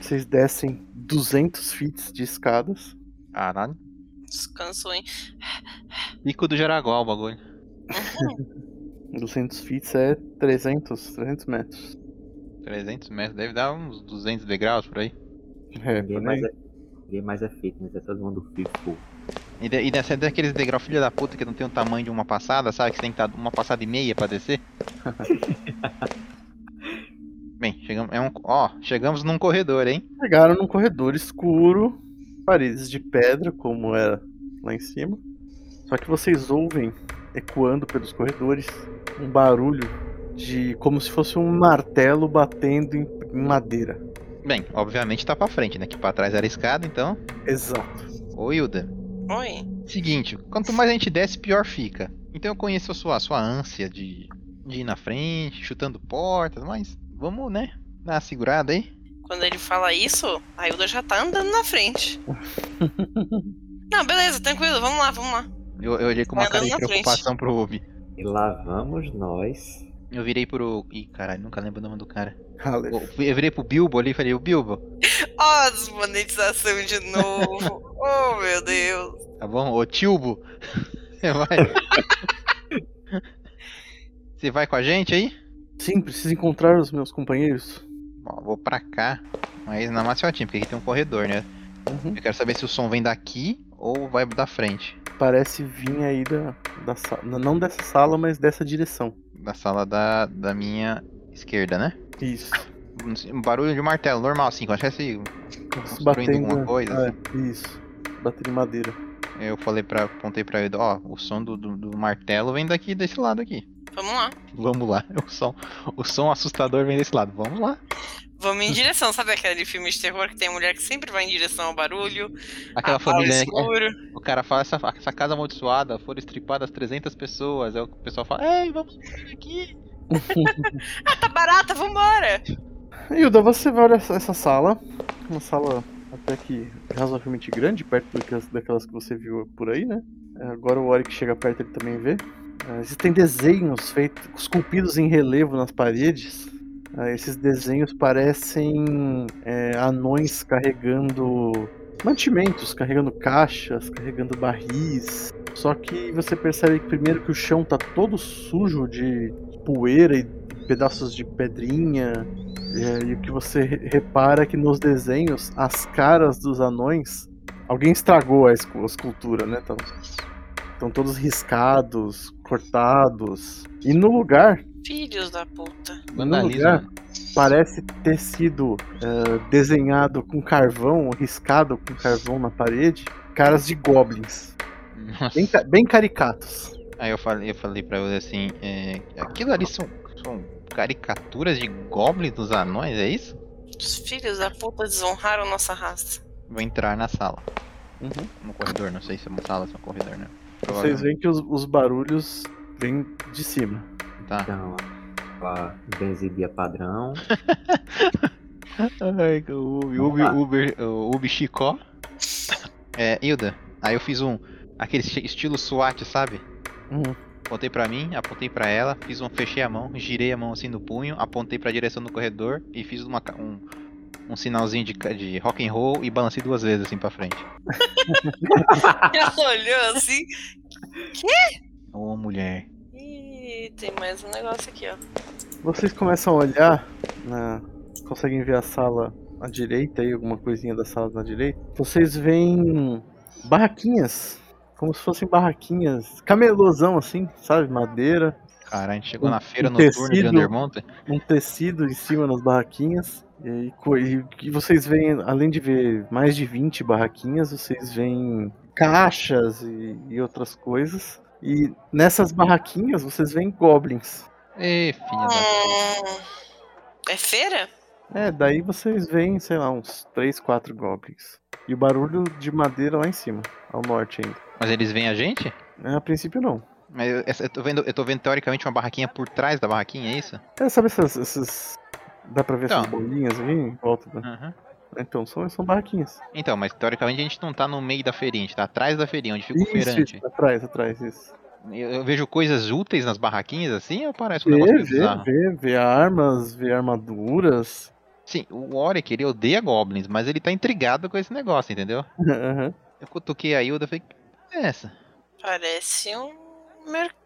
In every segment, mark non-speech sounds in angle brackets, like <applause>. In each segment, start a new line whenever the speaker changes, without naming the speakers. vocês descem 200 feet de escadas.
Caralho.
Descanso, hein?
Pico do Jaraguá o bagulho.
200 feet é 300, 300 metros.
300 metros, deve dar uns 200 degraus por aí.
É,
Ninguém
por
mais,
aí.
é, ninguém mais é fitness, é todo mundo fitful.
E, de, e desce até aqueles degraus filha da puta que não tem o tamanho de uma passada, sabe? Que você tem que dar uma passada e meia pra descer. Bem, chegamos, é um, ó, chegamos num corredor, hein?
Chegaram num corredor escuro, paredes de pedra, como era lá em cima. Só que vocês ouvem, ecoando pelos corredores, um barulho de como se fosse um martelo batendo em em madeira.
Bem, obviamente tá pra frente, né? Que pra trás era escada, então.
Exato.
Ô, Hilda.
Oi.
Seguinte, quanto mais a gente desce, pior fica. Então eu conheço a sua, a sua ânsia de, de ir na frente, chutando portas, mas vamos, né? Dar uma segurada aí.
Quando ele fala isso, a Hilda já tá andando na frente.
<laughs>
Não, beleza, tranquilo, vamos lá, vamos lá.
Eu, eu olhei com uma
Vai
cara de
andando na frente.
preocupação pro Obi.
E lá vamos nós.
Eu virei pro. Ih, caralho, nunca lembro o nome do cara.
Aleph.
Eu eu virei pro Bilbo ali e falei, ô Bilbo,
Ó, desmonetização de
<laughs>
novo. oh, meu Deus.
tá bom? Ô Tilbo, <laughs> você
<laughs>
vai. você vai com a gente aí?
Sim, preciso encontrar os meus companheiros.
Bom, vou pra cá, mas na maciotinha, porque aqui tem um corredor, né?
Uhum.
Eu quero saber se o som vem daqui ou vai da frente.
Parece vir aí da, da sa- Não dessa sala, mas dessa direção.
Da sala da, da minha esquerda, né?
Isso.
Não sei, Um barulho de martelo, normal assim, como se tivesse
Se
construindo alguma coisa.
é, Isso. Batendo em madeira.
assim. Eu falei pra. apontei pra ele, ó, o som do, do, do martelo vem daqui desse lado aqui.
Vamos lá.
Vamos lá. <laughs> O som, o som assustador vem desse lado. Vamos lá.
Vamos em direção. Sabe aquele filme de terror que tem a mulher que sempre vai em direção ao barulho?
Aquela
ao
família. né,
escuro.
é, o cara fala essa, essa casa amaldiçoada, foram estripadas 300 pessoas. Aí o pessoal fala, ei, vamos sair aqui.
Tá barata, vambora!
Hilda, você vai olhar essa essa sala. Uma sala até que razoavelmente grande, perto daquelas, daquelas que você viu por aí, né? É, Agora o Ori que chega perto ele também vê. É, Existem desenhos feitos, esculpidos em relevo nas paredes. É, Esses desenhos parecem é, anões carregando mantimentos, carregando caixas, carregando barris. Só que você percebe que primeiro que o chão tá todo sujo de poeira e pedaços de pedrinha. É, e o que você re- repara é que nos desenhos, as caras dos anões. Alguém estragou a escu- a escultura, né? Estão todos riscados, cortados. E no lugar,
Filhos da puta.
Vandalismo.
lugar.
mano.
parece ter sido é, desenhado com carvão, riscado com carvão na parede, caras de goblins.
Nossa.
Bem, ca- bem caricatos.
Aí eu falei, eu falei pra ele assim, é, aquilo ali são, são caricaturas de goblins dos anões, é isso?
Os filhos da puta desonraram
<laughs>
nossa raça.
Vou entrar na sala.
Uhum.
No corredor, não sei se é uma sala, se é um corredor, né?
Vocês veem que os, os barulhos vêm de cima.
Tá.
Então, a benzidia padrão.
Ai, é o Ubi,
Vamos lá.
Uber, o Ubi Chicó. É, Hilda, aí eu fiz um. Aquele esti- estilo SWAT, sabe?
Uhum.
Apontei pra mim, apontei pra ela, fiz um. Fechei a mão, girei a mão assim no punho, apontei pra direção do corredor e fiz uma, ca- um, um sinalzinho de, ca- de rock and roll e balancei duas vezes assim pra frente.
Ela olhou assim.
Ô mulher.
Ih, tem mais um negócio aqui, ó.
Vocês começam a olhar, na- conseguem ver a sala à direita aí, alguma coisinha da sala na direita. Vocês veem barraquinhas, como se fossem barraquinhas, camelosão assim, sabe? Madeira,
Cara, a gente chegou
Um-
na feira
um
noturna de
tecido.
Undermountain.
um tecido em cima nas barraquinhas. E, co- e que vocês veem, além de ver mais de 20 barraquinhas, vocês veem caixas e, e outras coisas. E nessas barraquinhas vocês veem goblins.
Ê, filha da.
Hum, é feira?
É, daí vocês veem, sei lá, uns 3, 4 goblins. E o barulho de madeira lá em cima, ao norte ainda.
Mas eles veem a gente?
É, a princípio não.
Mas eu, essa- eu tô vendo, eu tô vendo teoricamente uma barraquinha por trás da barraquinha, é isso?
É, sabe essas. essas- Dá pra ver essas
Então.
bolinhas aqui em volta? Da...
Aham.
Então, são, são barraquinhas.
Então, mas teoricamente a gente não tá no meio da feirinha, a gente tá atrás da feirinha, onde fica o
Isso,
feirante.
isso, atrás, atrás, isso.
Eu, eu vejo coisas úteis nas barraquinhas assim ou parece um
Vê,
negócio meio
vê,
bizarro?
vê, vê armas, vê armaduras. <laughs>
Sim, o Warwick, ele odeia goblins, mas ele tá intrigado com esse negócio, entendeu?
Aham.
Eu cutuquei a Hilda e falei, que é essa?
Parece um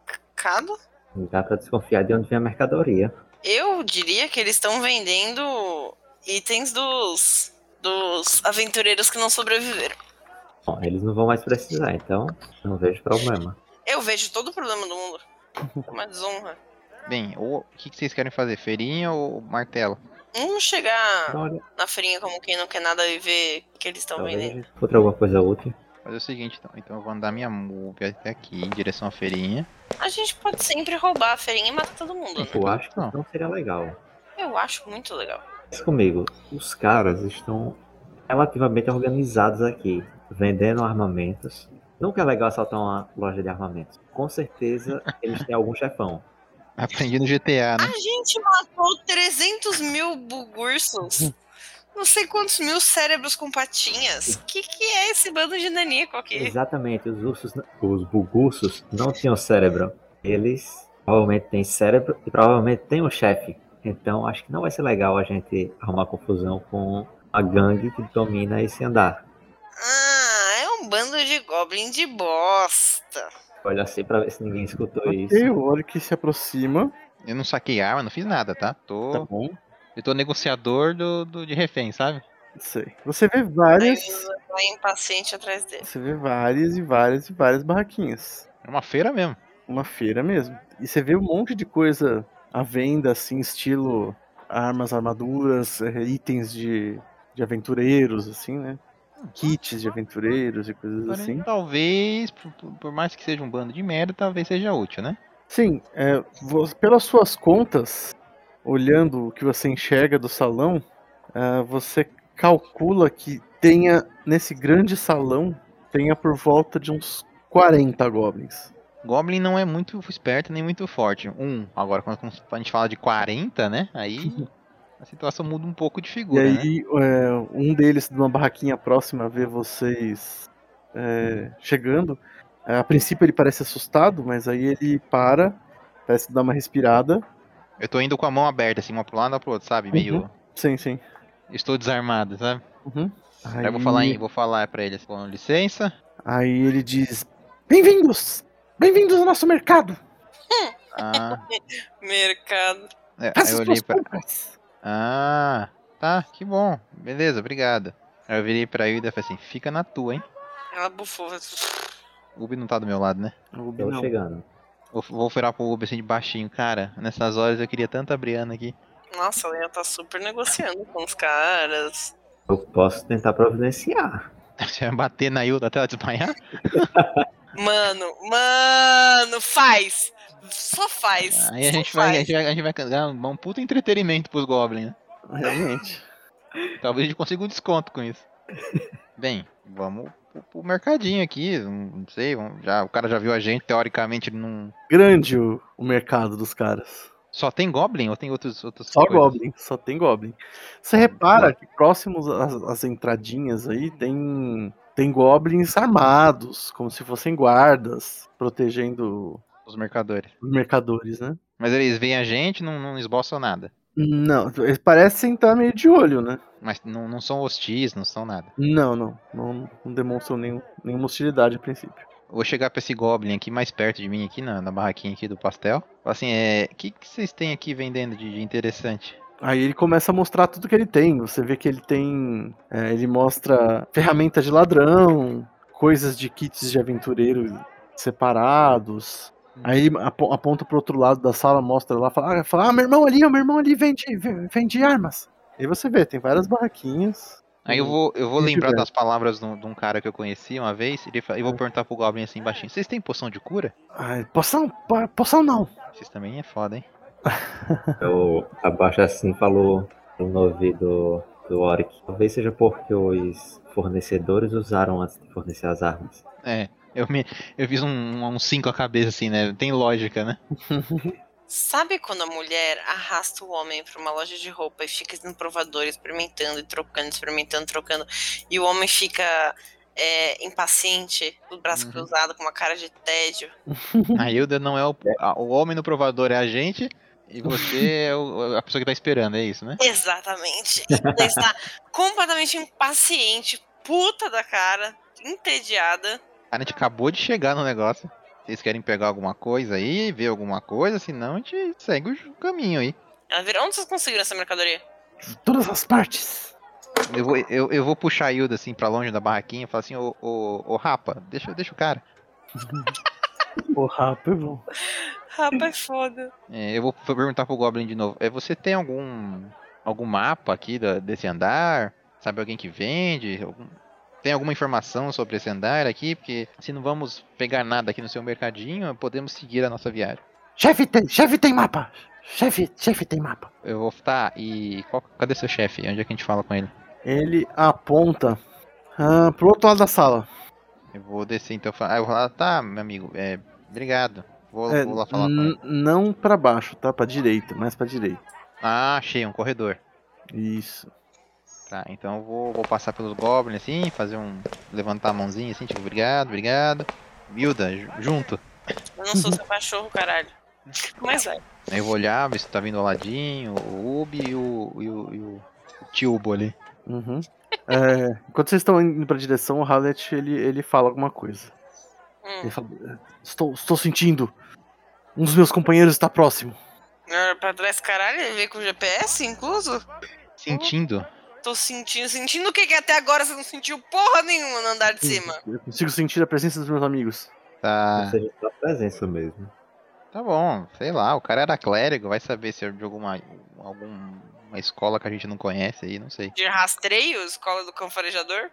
mercado.
Não dá pra desconfiar de onde vem a mercadoria.
Eu diria que eles estão vendendo itens dos, dos aventureiros que não sobreviveram.
Bom, eles não vão mais precisar, então não vejo problema.
Eu vejo todo o problema do mundo. É Uma desonra.
Bem, o o que, que vocês querem fazer? Feirinha ou martelo?
Um chegar
Então, olha,
na feirinha como quem não quer nada e ver o que eles estão
talvez a
vendendo.
gente encontre alguma coisa útil.
Fazer o seguinte, então. Então eu vou andar minha move até aqui, em direção à feirinha. <laughs>
A gente pode sempre roubar a feirinha e matar todo
<laughs>
mundo, né?
Eu acho que
Não.
não seria legal.
Eu acho muito legal.
Mas comigo, os caras estão relativamente organizados aqui, vendendo armamentos. Nunca é legal assaltar uma loja de armamentos. Com certeza eles têm algum chefão.
Aprendi no GTA, né?
A gente matou 300 mil bugursos. Não sei quantos mil cérebros com patinhas. O que, que é esse bando de naníaco aqui?
Exatamente, os ursos, n- os bugursos não tinham cérebro. Eles provavelmente têm cérebro e provavelmente têm um chefe. Então acho que não vai ser legal a gente arrumar confusão com a gangue que domina esse andar.
Ah, é um bando de goblin de bosta.
Olha assim pra ver se ninguém escutou isso.
Ok, o Warwick se aproxima.
Eu não saquei arma, não fiz nada, tá?
Tá
Tô,
bom.
eu tô negociador do, do- de refém, sabe?
Sei. Você vê
Aí
várias.
vai impaciente atrás dele.
Você vê várias e várias e várias barraquinhas.
É uma feira mesmo.
Uma feira mesmo. E você vê um monte de coisa à venda, assim, estilo armas, armaduras, eh, itens de, de aventureiros, assim, né? Kits de aventureiros e coisas
Porém,
assim.
Né? Talvez, por, por- por mais que seja um bando de merda, talvez seja útil, né?
Sim, é, vo- pelas suas contas, olhando o que você enxerga do salão, ah, você calcula que tenha, nesse grande salão, tenha por volta de uns 40 goblins.
Goblin não é muito esperto nem muito forte. Um, agora quando quando a gente fala de 40, né? Aí a situação muda um pouco de
E
figura, né?
aí, é, um deles, de uma barraquinha próxima, vê vocês é, chegando. É, A princípio ele parece assustado, mas aí ele para, parece dar uma respirada.
Eu tô indo com a mão aberta, assim, uma pro lado, uma pro outro, sabe?
Uhum.
Meio.
Sim, sim.
Estou desarmado, sabe?
Uhum.
Aí eu vou falar, em- vou falar pra ele assim, com licença.
Aí ele diz: Bem-vindos! Bem-vindos ao nosso mercado!
Ah,
Mercado.
é, aí
Faça
eu
suas
olhei pra.
compras!
Ah, tá, que bom. Beleza, obrigado. Aí eu virei pra Hilda e falei assim: fica na tua, hein?
Ela bufou.
O Ubi não tá do meu lado, né?
Estão chegando.
Vou, vou virar pro Ubi assim de baixinho. Cara, nessas horas eu queria tanto a Briana aqui. <laughs>
Nossa, ela tá super negociando com os caras.
Eu posso tentar providenciar.
Você vai bater na Hilda até ela desmaiar?
Mano, mano, faz! Só faz.
Aí
só
a gente vai, a
faz.
gente vai, a gente vai dar um um puto entretenimento pros Goblins, né?
Realmente.
Talvez a gente consiga um desconto
<laughs>
com isso. Bem, vamos pro, pro mercadinho aqui. Não não sei, vamos- já, o cara já viu a gente, teoricamente ele não.
Grande o, o mercado dos caras.
Só tem Goblin ou tem outros. outros
Só
coisas?
Goblin, só tem Goblin. Você repara que próximos às, às entradinhas aí tem, tem Goblins armados, como se fossem guardas, protegendo
Os mercadores.
os mercadores, né?
Mas eles veem a gente não, não esboçam nada.
Não, eles parecem estar meio de olho, né?
Mas não, não são hostis, não são nada.
Não, não. Não, não demonstram nenhum, nenhuma hostilidade a princípio.
Vou chegar pra esse Goblin aqui, mais perto de mim, aqui na, na barraquinha aqui do pastel. Falar assim, é. O que, que vocês têm aqui vendendo de, de interessante?
Aí ele começa a mostrar tudo que ele tem. Você vê que ele tem. é, ele mostra ferramentas de ladrão, coisas de kits de aventureiro separados. Aí ele apo- aponta pro outro lado da sala, mostra lá, fala, ah, fala, ah, meu irmão ali, ó, meu irmão ali vende, ve- vende armas. Aí você vê, tem várias barraquinhas.
Aí eu vou, eu
Hum, Deixa eu
vou lembrar
ver. Ah.
das palavras de um, de um cara que eu conheci uma vez. Ele, fa- eu vou perguntar pro Goblin assim baixinho: Vocês têm poção de cura?
Ai, poção, po- poção não.
Vocês também é foda, hein?
Eu abaixo assim e falou no ouvido do Oric. Talvez seja porque os fornecedores usaram antes de fornecer as armas.
É. Eu, me, eu fiz um 5 cinco a cabeça assim, né? Tem lógica,
<laughs>
né?
Sabe quando a mulher arrasta o homem pra uma loja de roupa e fica no provador experimentando e trocando, experimentando, trocando, e o homem fica é, impaciente, com o braço
Uhum.
cruzado, com uma cara de tédio?
A Hilda não é o, a- o homem no provador, é a gente.
<laughs>
E você é o- a pessoa que tá esperando, é isso, né?
Exatamente. Ela está completamente impaciente, puta da cara, entediada.
A gente acabou de chegar no negócio. Vocês querem pegar alguma coisa aí, ver alguma coisa, senão a gente segue o ju- caminho aí.
Ela vira, onde vocês conseguiram essa mercadoria?
Todas as partes.
Eu vou, eu, eu vou puxar a Hilda assim pra longe da barraquinha e falar assim, ô, ô, ô Rapa, deixa, deixa o cara.
O rapa é bom.
Rapaz, foda.
É, eu vou perguntar pro Goblin de novo. É, você tem algum algum mapa aqui da- desse andar? Sabe alguém que vende? Algum- tem alguma informação sobre esse andar aqui? Porque se não vamos pegar nada aqui no seu mercadinho, podemos seguir a nossa viagem.
Chefe tem, chefe tem mapa. Chefe, chefe tem mapa.
Eu vou tá, e qual, cadê seu chefe? Onde é que a gente fala com ele?
Ele aponta ah, pro outro lado da sala.
Eu vou descer então, fa- ah, eu vou falar, tá, meu amigo, é, obrigado. Vou,
É,
vou lá falar com
n-
ele.
não pra baixo, tá? Pra direita, mais pra direita.
Ah, achei um corredor.
Isso.
Tá, então eu vou, vou passar pelos goblins assim, fazer um. levantar a mãozinha assim, tipo, obrigado, obrigado. Hilda, ju- junto.
Eu não sou seu cachorro, caralho. Mas é, vai.
Aí eu vou olhar, ver se tá vindo o Aladim, o Ubi e o. e o, e o, o Tilbo ali.
Uhum. É, enquanto vocês estão indo pra direção, o Hallett ele, ele fala alguma coisa. Ele
Hum.
fala, "É, estou, estou sentindo. Um dos meus companheiros está próximo.
Ah, Pra trás, caralho, ele veio com GPS, incluso?
Sentindo.
Tô sentindo, sentindo o que que até agora você não sentiu porra nenhuma no andar
Hum.
de cima.
Eu consigo sentir a presença dos meus amigos.
Tá.
Ou seja, só presença mesmo.
Tá bom, sei lá, o cara era clérigo, vai saber se é de alguma. alguma escola que a gente não conhece aí, não sei.
De rastreio, escola do cão farejador?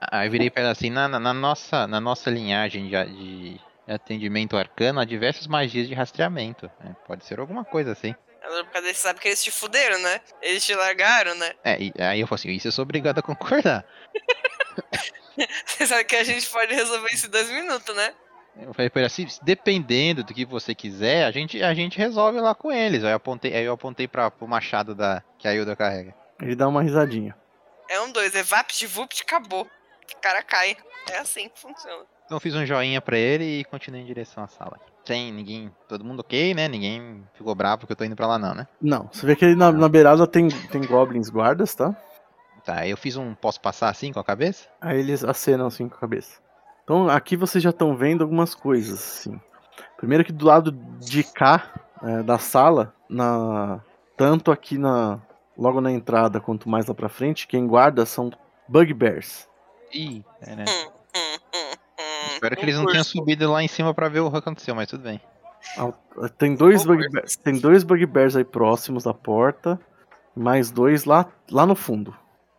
Aí eu virei pra ela assim, na, na- na nossa, na nossa linhagem de, a- de atendimento arcano há diversas magias de rastreamento. né? Pode ser alguma coisa assim.
Ela, É Por causa desse, sabe que eles te fuderam, né? Eles te largaram, né? <laughs>
É, e- aí eu falo assim, isso eu sou obrigado a concordar.
Você sabe que a gente pode resolver isso em dois minutos, né?
Eu falei pra ele assim, "Se dependendo do que você quiser, a gente, a gente resolve lá com eles. Aí eu apontei, aí eu apontei pra, pro machado da, que a Hilda carrega.
Ele dá uma risadinha.
É um dois, é vapt, vupt, acabou. O cara cai. É assim que funciona.
Então eu fiz um joinha pra ele e continuei em direção à sala. Sem ninguém, todo mundo ok, né? Ninguém ficou bravo que eu tô indo pra lá não, né?
Não, você vê que ele na, na beirada tem, tem goblins guardas, tá?
Tá, aí eu fiz um posso passar assim com a cabeça?
Aí eles acenam assim com a cabeça. Então aqui vocês já estão vendo algumas coisas, assim. Primeiro que do lado de cá é, da sala, na tanto aqui na logo na entrada quanto mais lá pra frente, quem guarda são bugbears.
Ih, é, né?
Hum, hum, hum.
Espero que eles não tenham subido lá em cima pra ver o que aconteceu, mas tudo bem.
Tem dois
Bugbears.
bugbears, tem dois bugbears aí próximos da porta, mais dois lá lá no fundo.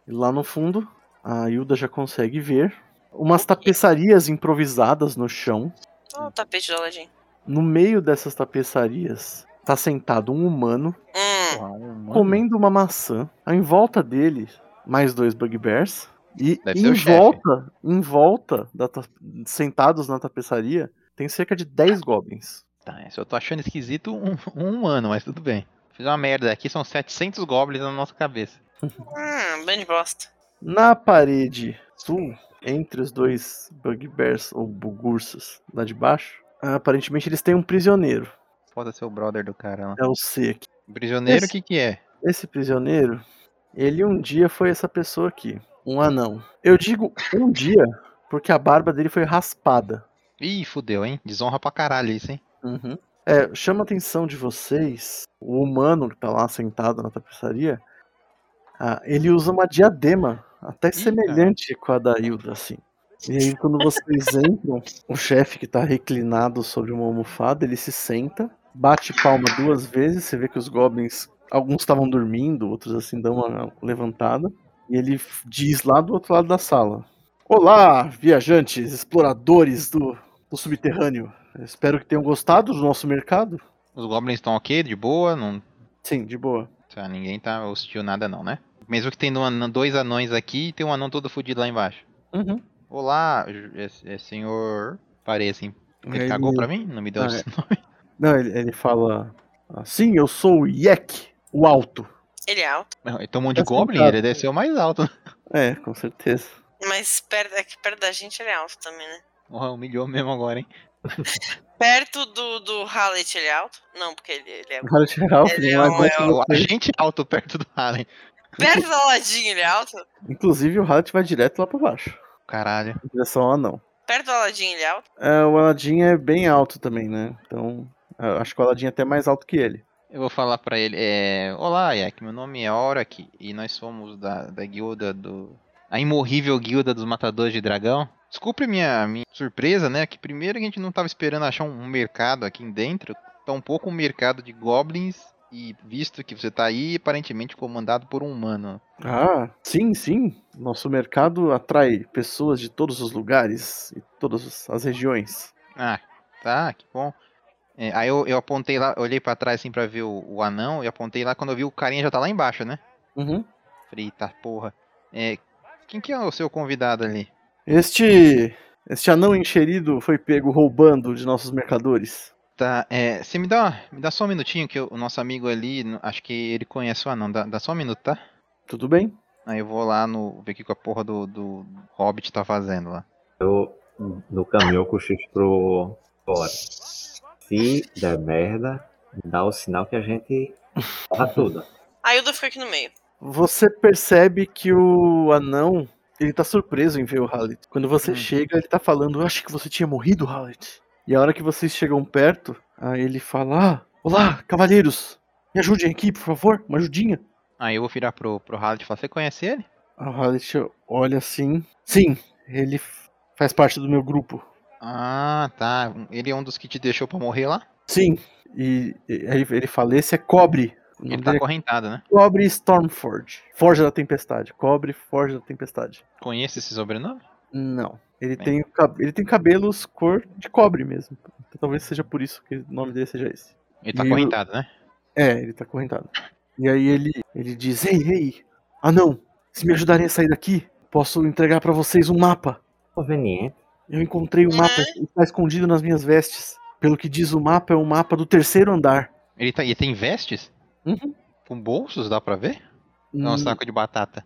E lá no fundo, a Hilda já consegue ver umas tapeçarias improvisadas no chão.
Olha o tapete do Aladim.
No meio dessas tapeçarias tá sentado um humano
Hum,
Porra, um humano?
comendo uma maçã. Em volta dele, mais dois bugbears. E
Deve ser
em
o chefe.
volta, em volta, da ta- sentados na tapeçaria, tem cerca de 10 goblins.
Tá, isso eu tô achando esquisito um, um humano, mas tudo bem. Fiz uma merda aqui, são 700 goblins na nossa cabeça.
hum, bem de bosta.
Na parede sul, entre os dois bugbears ou bugursos lá de baixo, aparentemente eles têm um prisioneiro.
Foda ser o brother do cara lá.
É o C aqui.
Prisioneiro, o
Esse-
que que é?
Esse prisioneiro, ele um dia foi essa pessoa aqui, um anão. Eu digo um dia porque a barba dele foi raspada.
Ih, fudeu, hein? Desonra pra caralho isso, hein?
É, chama a atenção de vocês, o humano que tá lá sentado na tapeçaria, ah, ele usa uma diadema, até semelhante com a da Hilda, assim. E aí, quando vocês entram, o chefe que tá reclinado sobre uma almofada, ele se senta, bate palma duas vezes, você vê que os goblins, alguns estavam dormindo, outros assim dão uma levantada, e ele f- diz lá do outro lado da sala: Olá, viajantes, exploradores do, do subterrâneo. Espero que tenham gostado do nosso mercado.
Os goblins estão ok, de boa, não.
Sim, de boa.
tá, ninguém tá hostil nada não, né? Mesmo que tendo um- dois anões aqui e tem um anão todo fudido lá embaixo.
Uhum.
Olá, ju- é- é senhor. Parei assim. Ele
Ele-
cagou pra mim? Não me deu
Ah,
esse nome.
Não, ele, ele fala assim: eu sou o Yek, o alto.
Ele é alto.
<laughs> Não, Ele tomou um de
Tá
goblin,
sentado.
ele desceu mais alto.
É, com certeza.
Mas perto, é que perto da gente ele é alto também, né?
Porra, humilhou mesmo agora, hein?
Perto do, do Hallet ele é alto? Não, porque ele, ele é.
Agora geral,
Ele
não
é um-
aguenta
é
O
você.
agente alto perto do Allen.
Perto do Aladdin ele é alto?
Inclusive o Hallet vai direto lá pra baixo.
Caralho.
Em direção ao anão.
Perto do Aladdin ele é alto?
É, o Aladdin é bem alto também, né? Então, eu acho que o Aladdin é até mais alto que ele.
Eu vou falar pra ele. É... Olá, Yak. Meu nome é Orak e nós somos da, da guilda do. A imorrível guilda dos matadores de dragão. Desculpe minha, minha surpresa, né? Que primeiro a gente não tava esperando achar um mercado aqui dentro. Tampouco um mercado de goblins. E visto que você tá aí, aparentemente comandado por um humano.
Ah, sim, sim. Nosso mercado atrai pessoas de todos os lugares e todas as regiões.
Ah, tá, que bom. É, aí eu, eu apontei lá, olhei pra trás assim pra ver o, o anão e apontei lá quando eu vi o carinha já tá lá embaixo, né?
Uhum.
Frita, porra. É, quem que é o seu convidado ali?
Este. Este anão encherido foi pego roubando de nossos mercadores.
Tá, é, você me dá, me dá só um minutinho que o o nosso amigo ali, n- acho que ele conhece o anão, dá, dá só um minuto, tá?
Tudo bem?
Aí eu vou lá no, ver o que que a porra do, do Hobbit tá fazendo lá.
Eu, no caminho, eu cochicho pro fora. Se der merda, dá o sinal que a gente porra tudo.
Aí o Du fica aqui no meio.
Você percebe que o anão. Ele tá surpreso em ver o Hallet. Quando você
Hum.
chega, ele tá falando: Eu achei que você tinha morrido, Hallet. E a hora que vocês chegam perto, aí ele fala: ah, Olá, cavaleiros! Me ajudem aqui, por favor, uma ajudinha.
Aí eu vou virar pro, pro Hallett e falar, você conhece ele?
A Hallet olha assim: Sim, ele f- faz parte do meu grupo.
Ah, tá, ele é um dos que te deixou pra morrer lá?
Sim. E, e aí ele fala: Esse é cobre. O nome
Ele tá
dele é
acorrentado, né?
Cobre Stormforge. Forja da Tempestade. Cobre Forja da Tempestade.
Conhece esse sobrenome?
Não. Ele
Bem.
tem, o cab- ele tem cabelos cor de cobre mesmo. Então, talvez seja por isso que o nome dele seja esse.
Ele tá
E o-
acorrentado, né?
É, ele tá correntado. E aí ele, ele diz: Ei, ei, ah não, se me ajudarem a sair daqui, posso entregar pra vocês um mapa.
Conveniente.
Eu encontrei o mapa, está escondido nas minhas vestes. Pelo que diz o mapa, é um mapa do terceiro andar.
Ele, tá, ele tem vestes?
Uhum.
Com bolsos, dá pra ver? Não, um
Hum,
saco de batata.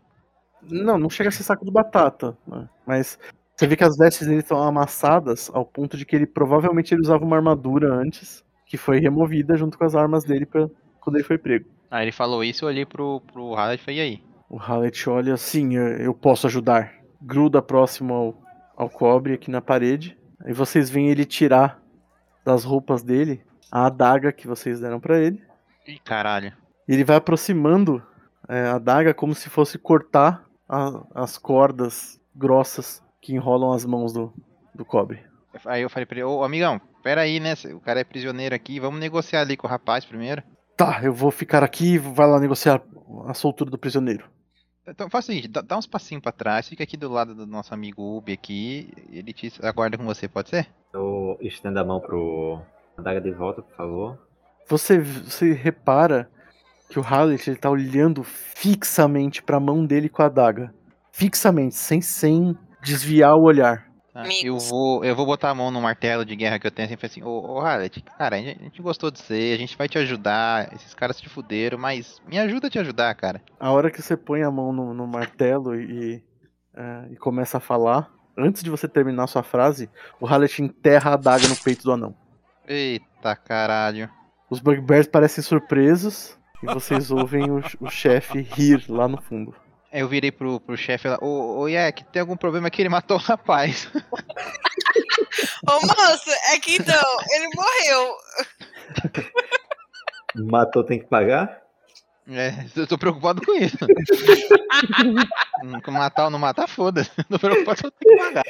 Não, não chega a ser saco de batata, né? mas você vê que as vestes dele estão amassadas ao ponto de que ele provavelmente ele usava uma armadura antes, que foi removida junto com as armas dele pra, quando ele foi prego.
Aí ele falou isso, eu olhei pro, pro Hallett e falei, e aí?
O Hallet olha assim, eu eu posso ajudar. Gruda próximo ao, ao cobre aqui na parede, e vocês veem ele tirar das roupas dele a adaga que vocês deram pra ele.
Ih, caralho.
E ele vai aproximando é, a daga como se fosse cortar a- as cordas grossas que enrolam as mãos do, do cobre.
Aí eu falei pra ele, ô amigão, pera aí, né? O cara é prisioneiro aqui, vamos negociar ali com o rapaz primeiro.
Tá, eu vou ficar aqui e vai lá negociar a soltura do prisioneiro.
Então faz o seguinte, dá, dá uns passinhos pra trás, fica aqui do lado do nosso amigo Ubi aqui, ele te aguarda com você, pode ser?
Eu estendo a mão pro Adaga de volta, por favor.
Você, você repara que o Hallet ele tá olhando fixamente pra mão dele com a daga. Fixamente, sem, sem desviar o olhar.
Tá,
Amigos.
Eu vou, eu vou botar a mão no martelo de guerra que eu tenho assim, e falar assim, ô, ô Hallett, cara, a gente, a gente gostou de você, a gente vai te ajudar, esses caras te fuderam, mas me ajuda a te ajudar, cara.
A hora que você põe a mão no, no martelo e, é, e começa a falar, antes de você terminar sua frase, o Hallet enterra a adaga no peito do anão.
Eita caralho.
Os bugbears parecem surpresos e vocês ouvem o, o chefe rir lá no fundo.
Aí eu virei pro, pro chefe lá, ô, ô Iac, tem algum problema aqui? Ele matou o rapaz.
Ô moço, é que então, ele morreu.
Matou, tem que pagar?
É, <laughs> eu tô preocupado com
<laughs>
isso. Hum, com matar ou não matar, foda-se. <laughs> Tô preocupado se eu tenho que pagar.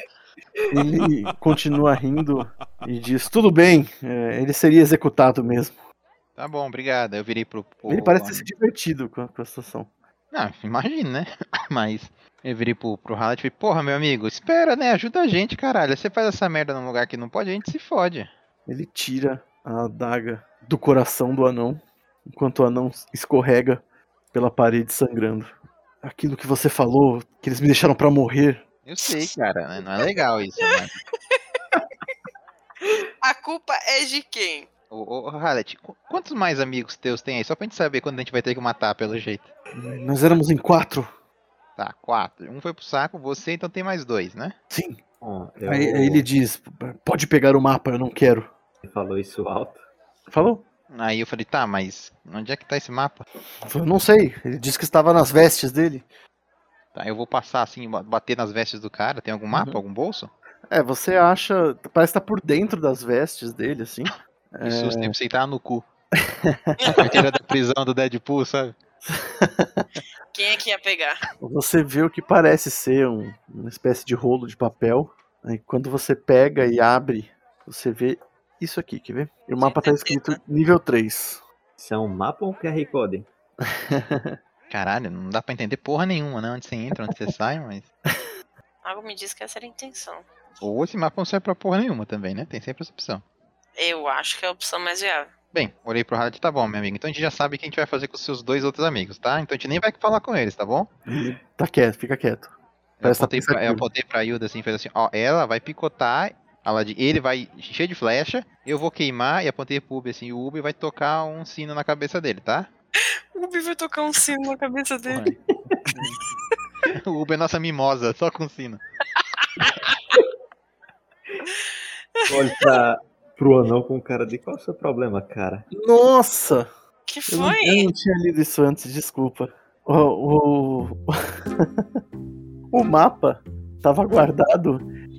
Ele continua rindo e diz: Tudo bem, é, ele seria executado mesmo.
Tá bom, obrigado. Aí Eu virei pro. pro
Ele parece ter se divertido com a, com a situação.
Não, imagina, né? <laughs> Mas eu virei pro, pro Hallett e falei, porra, meu amigo, espera, né? Ajuda a gente, caralho. Você faz essa merda num lugar que não pode, a gente se fode.
Ele tira a adaga do coração do anão, enquanto o anão escorrega pela parede sangrando. Aquilo que você falou, que eles me deixaram pra morrer.
Eu sei, cara, né? não é
<laughs>
legal isso, né?
A culpa é de quem?
Ô, ô Hallett, qu- quantos mais amigos teus tem aí? Só pra gente saber quando a gente vai ter que matar, pelo jeito.
Nós éramos em quatro.
Tá, quatro. Um foi pro saco, você então tem mais dois, né?
Sim.
Bom, eu,
Aí, aí ele diz: Pode pegar o mapa, eu não quero.
Ele <laughs> falou isso alto.
Falou?
Aí eu falei, tá, mas onde é que tá esse mapa?
Eu não sei. Ele disse que estava nas vestes dele.
Tá, eu vou passar assim, ba- bater nas vestes do cara. Tem algum mapa, algum bolso?
É, você acha. Parece estar por dentro das vestes dele, assim.
Que susto, tem pra sentar no cu. A carteira da prisão do Deadpool, sabe?
Quem é que ia pegar?
Você vê o que parece ser um- uma espécie de rolo de papel. Aí quando você pega e abre, você vê isso aqui, quer ver? E o mapa tá escrito nível 3.
Isso é um mapa ou um QR Code?
Caralho, não dá pra entender porra nenhuma, né? Onde você entra, onde você sai, mas.
Algo me diz que essa era a intenção.
Ou esse mapa não serve pra porra nenhuma também, né? Tem sempre essa opção.
Eu acho que é a opção mais viável.
Bem, olhei pro Harald, tá bom, meu amigo. Então a gente já sabe o que a gente vai fazer com os seus dois outros amigos, tá? Então a gente nem vai falar com eles, tá bom?
Tá quieto, fica quieto.
Eu
Parece tá
apontei, pra, eu
pensativo.
apontei pra Hilda assim, fez assim, ó, ela vai picotar, ela de, ele vai cheio de flecha, eu vou queimar, e apontei pro Ubi assim, e o Ubi vai tocar um sino na cabeça dele, tá?
O Ubi vai tocar um sino na cabeça
Porra.
dele.
<laughs> o Ubi é nossa mimosa, só com sino.
Olha pra, pro anão com cara de qual é o seu problema, cara?
Nossa!
Que
Eu não,
foi?
eu não tinha lido isso antes, desculpa. O, <laughs> o... o mapa tava guardado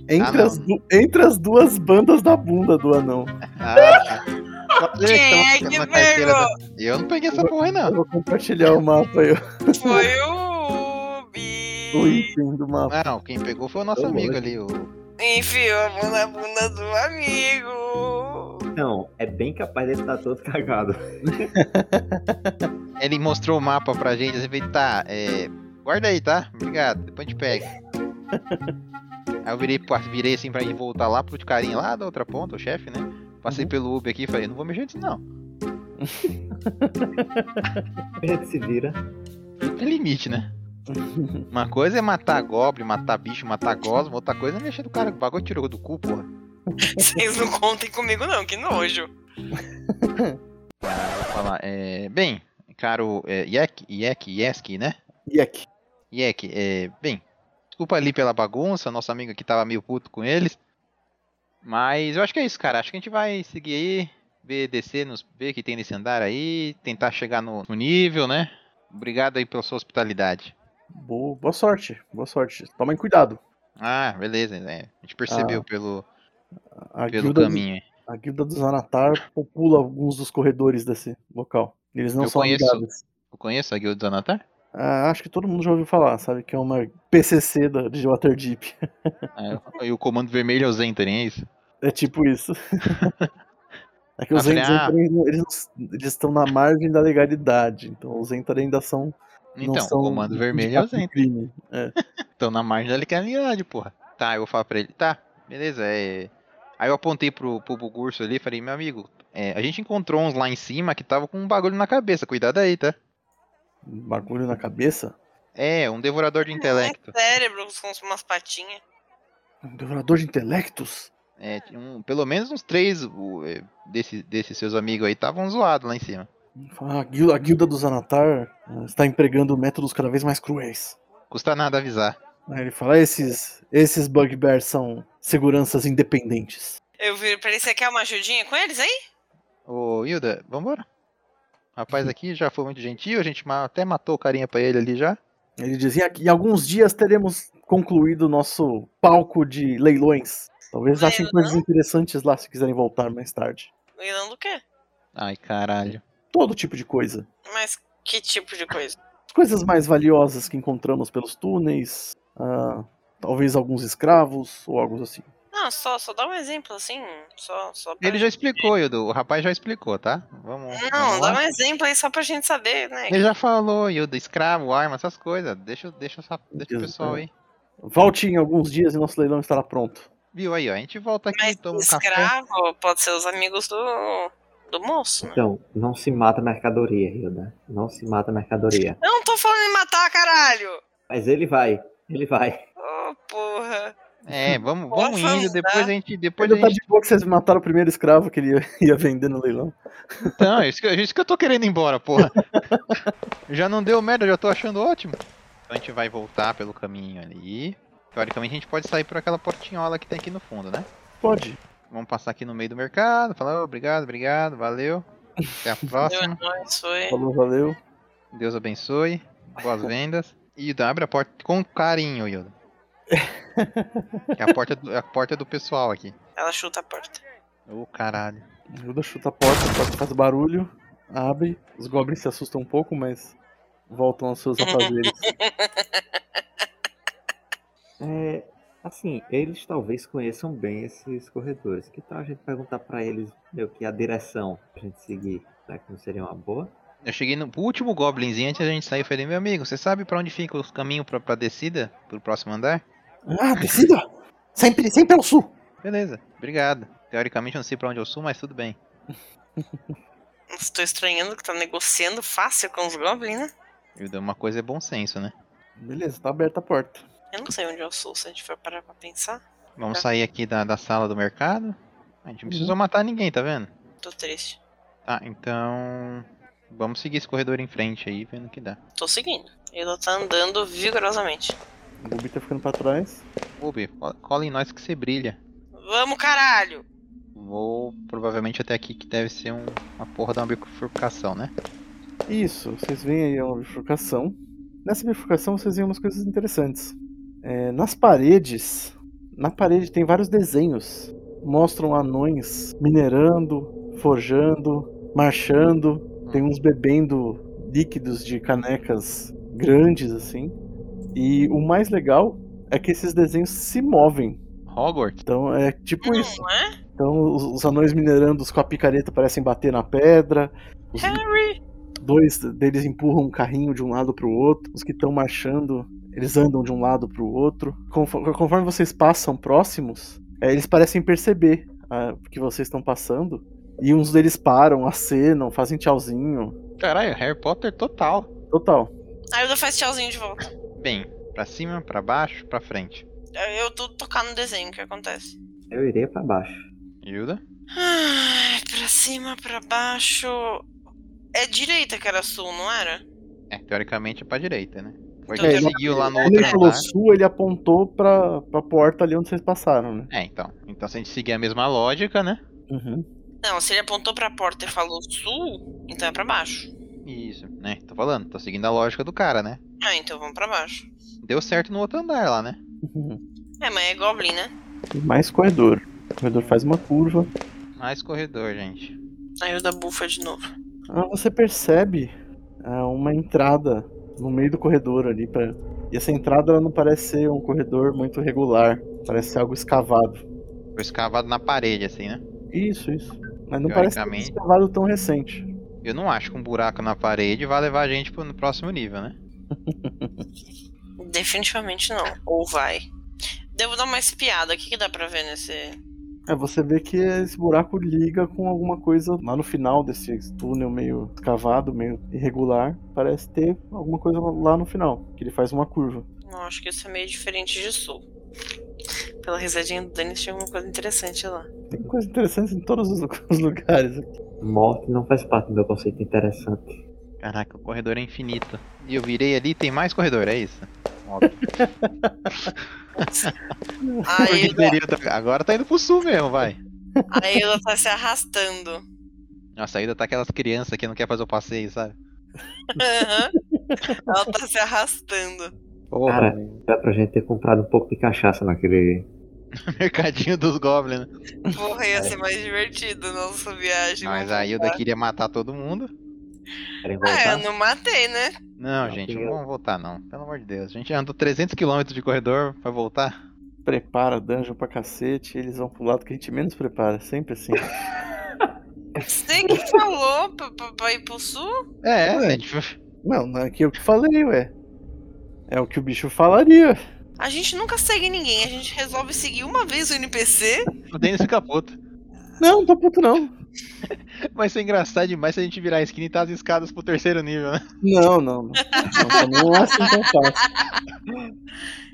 entre,
não.
as du- entre as duas bandas da bunda do anão.
<laughs>
Ah, tá.
Quem é que
Na carteira
pegou?
da- Eu não peguei essa porra, aí,
Eu
não.
vou compartilhar o mapa aí, ó,
Foi o Ubi.
o item do mapa.
Não, quem pegou foi o nosso
Eu
amigo
gosto.
ali, o...
Enfiou a mão na bunda do amigo.
Então, é bem capaz dele estar todo cagado. <laughs>
Ele mostrou o mapa pra gente, assim, falei, tá, é... Guarda aí, tá? Obrigado, depois a gente pega. Aí eu virei, pra- virei assim pra gente voltar lá pro carinha lá da outra ponta, o chefe, né? Passei
Uhum.
pelo Uber aqui e falei, não vou mexer nisso não.
A gente se vira.
Tem limite, né? Uma coisa é matar goblin, matar bicho, matar gosma, outra coisa é mexer do cara, o bagulho tirou do cu, porra.
Vocês não contem comigo, não, que nojo.
Vou falar, é... Bem, caro é, Yek, Yek, Yeski, né?
Yek.
Yek, é, bem, desculpa ali pela bagunça, nosso amigo aqui tava meio puto com eles. Mas eu acho que é isso, cara. Acho que a gente vai seguir aí, ver, descer, nos, ver o que tem nesse andar aí, tentar chegar no, no nível, né? Obrigado aí pela sua hospitalidade.
Boa, boa sorte, boa sorte. Tomem cuidado.
Ah, beleza, né? A gente percebeu pelo,
Ah, A
pelo
guilda,
caminho. aí.
a guilda dos Anatar popula alguns dos corredores desse local. Eles não
Eu
são
conheço.
amigáveis.
Eu conheço a guilda do Anatar?
Ah, acho que todo mundo já ouviu falar, sabe? Que é uma PCC da, de Waterdeep. <laughs>
Ah, e o comando vermelho é o Zentren, é isso?
É tipo
<laughs>
isso. É que os
Ah, falei, ah.
Zentarem, eles, eles estão na margem da legalidade. Então os Zentarem ainda são. não
Então,
são
o comando vermelho é o
indicados de
Zentren.
crime.
Estão na margem da legalidade, porra. Tá, eu vou falar pra ele, tá, beleza, é... Aí eu apontei pro, pro Bugurso ali e falei, meu amigo, é, a gente encontrou uns lá em cima que tava com um bagulho na cabeça, cuidado aí, tá?
Um bagulho na cabeça.
É, um devorador de intelecto.
Cérebro com umas patinhas.
Um devorador de intelectos?
É, tinha um- pelo menos uns três o, é, desse- desses seus amigos aí estavam zoados lá em cima.
Ah, A guilda, a guilda dos Anatar ah, está empregando métodos cada vez mais cruéis.
Custa nada avisar.
Aí ele fala: esses, esses bugbears são seguranças independentes.
Eu vi pra ele, você quer uma ajudinha com eles aí?
Ô, Hilda, vambora. O rapaz aqui já foi muito gentil, a gente ma- até matou o carinha pra ele ali já.
Ele dizia que em alguns dias teremos concluído nosso palco de leilões. Talvez achem coisas interessantes lá se quiserem voltar mais tarde.
Leilão do quê?
Ai, caralho.
Todo tipo de coisa.
Mas que tipo de coisa?
As coisas mais valiosas que encontramos pelos túneis, ah, talvez alguns escravos ou algo assim.
Não, só, só dá um exemplo assim. Só, só pra-
Ele já explicou, Hilda, o rapaz já explicou, tá? Vamos,
Não,
vamos
dá
lá.
um exemplo aí só pra gente saber, né?
Ele já falou, Yoda, escravo, arma, essas coisas. Deixa, deixa, essa- deixa o
Deus,
pessoal aí.
Volte em alguns dias e nosso leilão estará pronto.
Viu aí, ó. A gente volta aqui,
Mas
toma um café.
escravo pode ser os amigos do, do moço, né?
Então, não se mata mercadoria, Hilda. Não se mata mercadoria.
Eu não tô falando em matar, caralho!
Mas ele vai. Ele vai.
Ô, porra.
É, vamos, vamos
Nossa,
indo, depois a gente. Depois a
Ainda tá
gente.
de boa que vocês mataram o primeiro escravo que ele ia, ia <laughs> vender no leilão.
Não, é isso que, é isso que eu tô querendo ir embora, porra. <laughs> já não deu merda, já tô achando ótimo. Então a gente vai voltar pelo caminho ali. Teoricamente a gente pode sair por aquela portinhola que tem aqui no fundo, né?
Pode.
Vamos passar aqui no meio do mercado, falar "Ô, obrigado, obrigado, valeu. Até
<laughs>
a próxima.
Nós
É.
foi.
Falou, valeu.
Deus abençoe. Boas vendas. E Yoda, abre a porta com carinho, Yoda. Que a porta, é do- a porta é do pessoal aqui.
Ela chuta a porta.
Ô caralho.
Ajuda, chuta a porta, a porta faz barulho, abre. Os goblins se assustam um pouco, mas voltam aos seus afazeres.
É, assim, eles talvez conheçam bem esses corredores. Que tal a gente perguntar pra eles meio que a direção pra gente seguir? Será que não seria uma boa?
Eu cheguei no último goblinzinho antes da gente sair. Eu falei, meu amigo, você sabe pra onde fica os caminhos pra, pra descida? Pro próximo andar?
ah, descida! Sempre, sempre ao sul!
Beleza, obrigado. Teoricamente eu não sei pra onde eu sou, mas tudo bem.
Estou estranhando que tá negociando fácil com os goblins, né?
Yoda, uma coisa é bom senso, né?
Beleza, tá aberta a porta.
Eu não sei onde eu sou, se a gente for parar pra pensar.
Vamos
Tá.
sair aqui da, da sala do mercado. A gente não precisou matar ninguém, tá vendo?
Tô triste.
Tá, então. Vamos seguir esse corredor em frente aí, vendo o que dá.
Tô seguindo. Ela tá andando vigorosamente.
O Bubi tá ficando pra trás.
Ubi, co- cola em nós que você brilha.
Vamos, caralho!
Vou provavelmente até aqui que deve ser um- uma porra da uma bifurcação, né?
Isso, vocês veem aí uma bifurcação. Nessa bifurcação vocês veem umas coisas interessantes. É, nas paredes, na parede tem vários desenhos. Mostram anões minerando, forjando, marchando. Tem uns bebendo líquidos de canecas grandes assim. E o mais legal é que esses desenhos se movem.
Hogwarts?
Então é tipo isso.
Não é?
Então os, os anões minerando com a picareta parecem bater na pedra. Os,
Ah, Harry!
dois deles empurram um carrinho de um lado pro outro, os que estão marchando, eles andam de um lado pro outro. Confo- Conforme vocês passam próximos, eh, eles parecem perceber ah, que vocês estão passando. E uns deles param, acenam, fazem tchauzinho.
Caralho, Harry Potter total.
Total.
Aí eu faço tchauzinho de volta.
Bem, pra cima, pra baixo, pra frente.
Eu tô tocando no desenho, o que acontece?
Eu iria pra baixo.
Hilda?
Ai, pra cima, pra baixo. É direita que era sul, não era?
É, teoricamente é pra direita, né? Foi
Então,
que
ele-
seguiu lá no
Quando
outro
tá ele falou
andar.
sul, ele apontou pra, pra porta ali onde vocês passaram, né?
É, então. Então se a gente seguir a mesma lógica, né?
Não, se ele apontou pra porta e falou sul, então é pra baixo.
Isso, né? Tô falando, tô seguindo a lógica do cara, né?
Ah, então vamos pra baixo.
Deu certo no outro andar lá, né?
Uhum.
É, mas é Goblin, né?
E mais corredor. O corredor faz uma curva.
Mais corredor, gente.
Aí o da bufa de novo.
Ah, você percebe ah, uma entrada no meio do corredor ali para e essa entrada ela não parece ser um corredor muito regular, parece ser algo escavado.
Foi escavado na parede, assim, né?
Isso, isso. Mas não parece ser um
Teoricamente.
escavado tão recente.
Eu não acho que um buraco na parede vai levar a gente pro no próximo nível, né?
Definitivamente não. Ou vai. Devo dar uma espiada. O que, que dá pra ver nesse.
É, você vê que esse buraco liga com alguma coisa lá no final desse túnel meio escavado, meio irregular. Parece ter alguma coisa lá no final, que ele faz uma curva.
Não, acho que isso é meio diferente de sul. Pela risadinha do Dennis tinha alguma coisa interessante lá.
Tem coisas interessantes em todos os lu- os <laughs> lugares.
Morte não faz parte do meu conceito interessante.
Caraca, o corredor é infinito. E eu virei ali tem mais corredor, é isso? Óbvio.
Aí,
Porque teria outra- Agora tá indo pro sul mesmo, vai.
aí ela tá se arrastando.
Nossa, ainda tá aquelas crianças que não quer fazer o passeio, sabe?
Aham. Ela tá se arrastando.
Porra,
Cara. Dá pra gente ter comprado um pouco de cachaça naquele.
<laughs> mercadinho dos goblins, né?
Porra, ia ser mais divertido a nossa viagem.
Mas
vamos
a Hilda queria matar todo mundo.
Querem
voltar. Ah,
voltar?
eu não matei, né?
Não,
Não,
gente,
tem-
não vamos voltar não. Pelo amor de Deus. A gente já andou 300km de corredor pra voltar.
Prepara dungeon pra cacete, eles vão pro lado que a gente menos prepara, sempre assim.
Você que falou pra, pra- pra ir pro sul?
Ué.
É, a gente...
Não, não é que eu que falei, ué. É o que o bicho falaria.
A gente nunca segue ninguém. A gente resolve seguir uma vez o NPC.
<laughs> o Denis fica puto.
Não, não tô puto não.
Vai ser engraçado demais se a gente virar a esquina e tá as escadas pro terceiro nível, né?
Não, não, não. Não, não é assim tão fácil.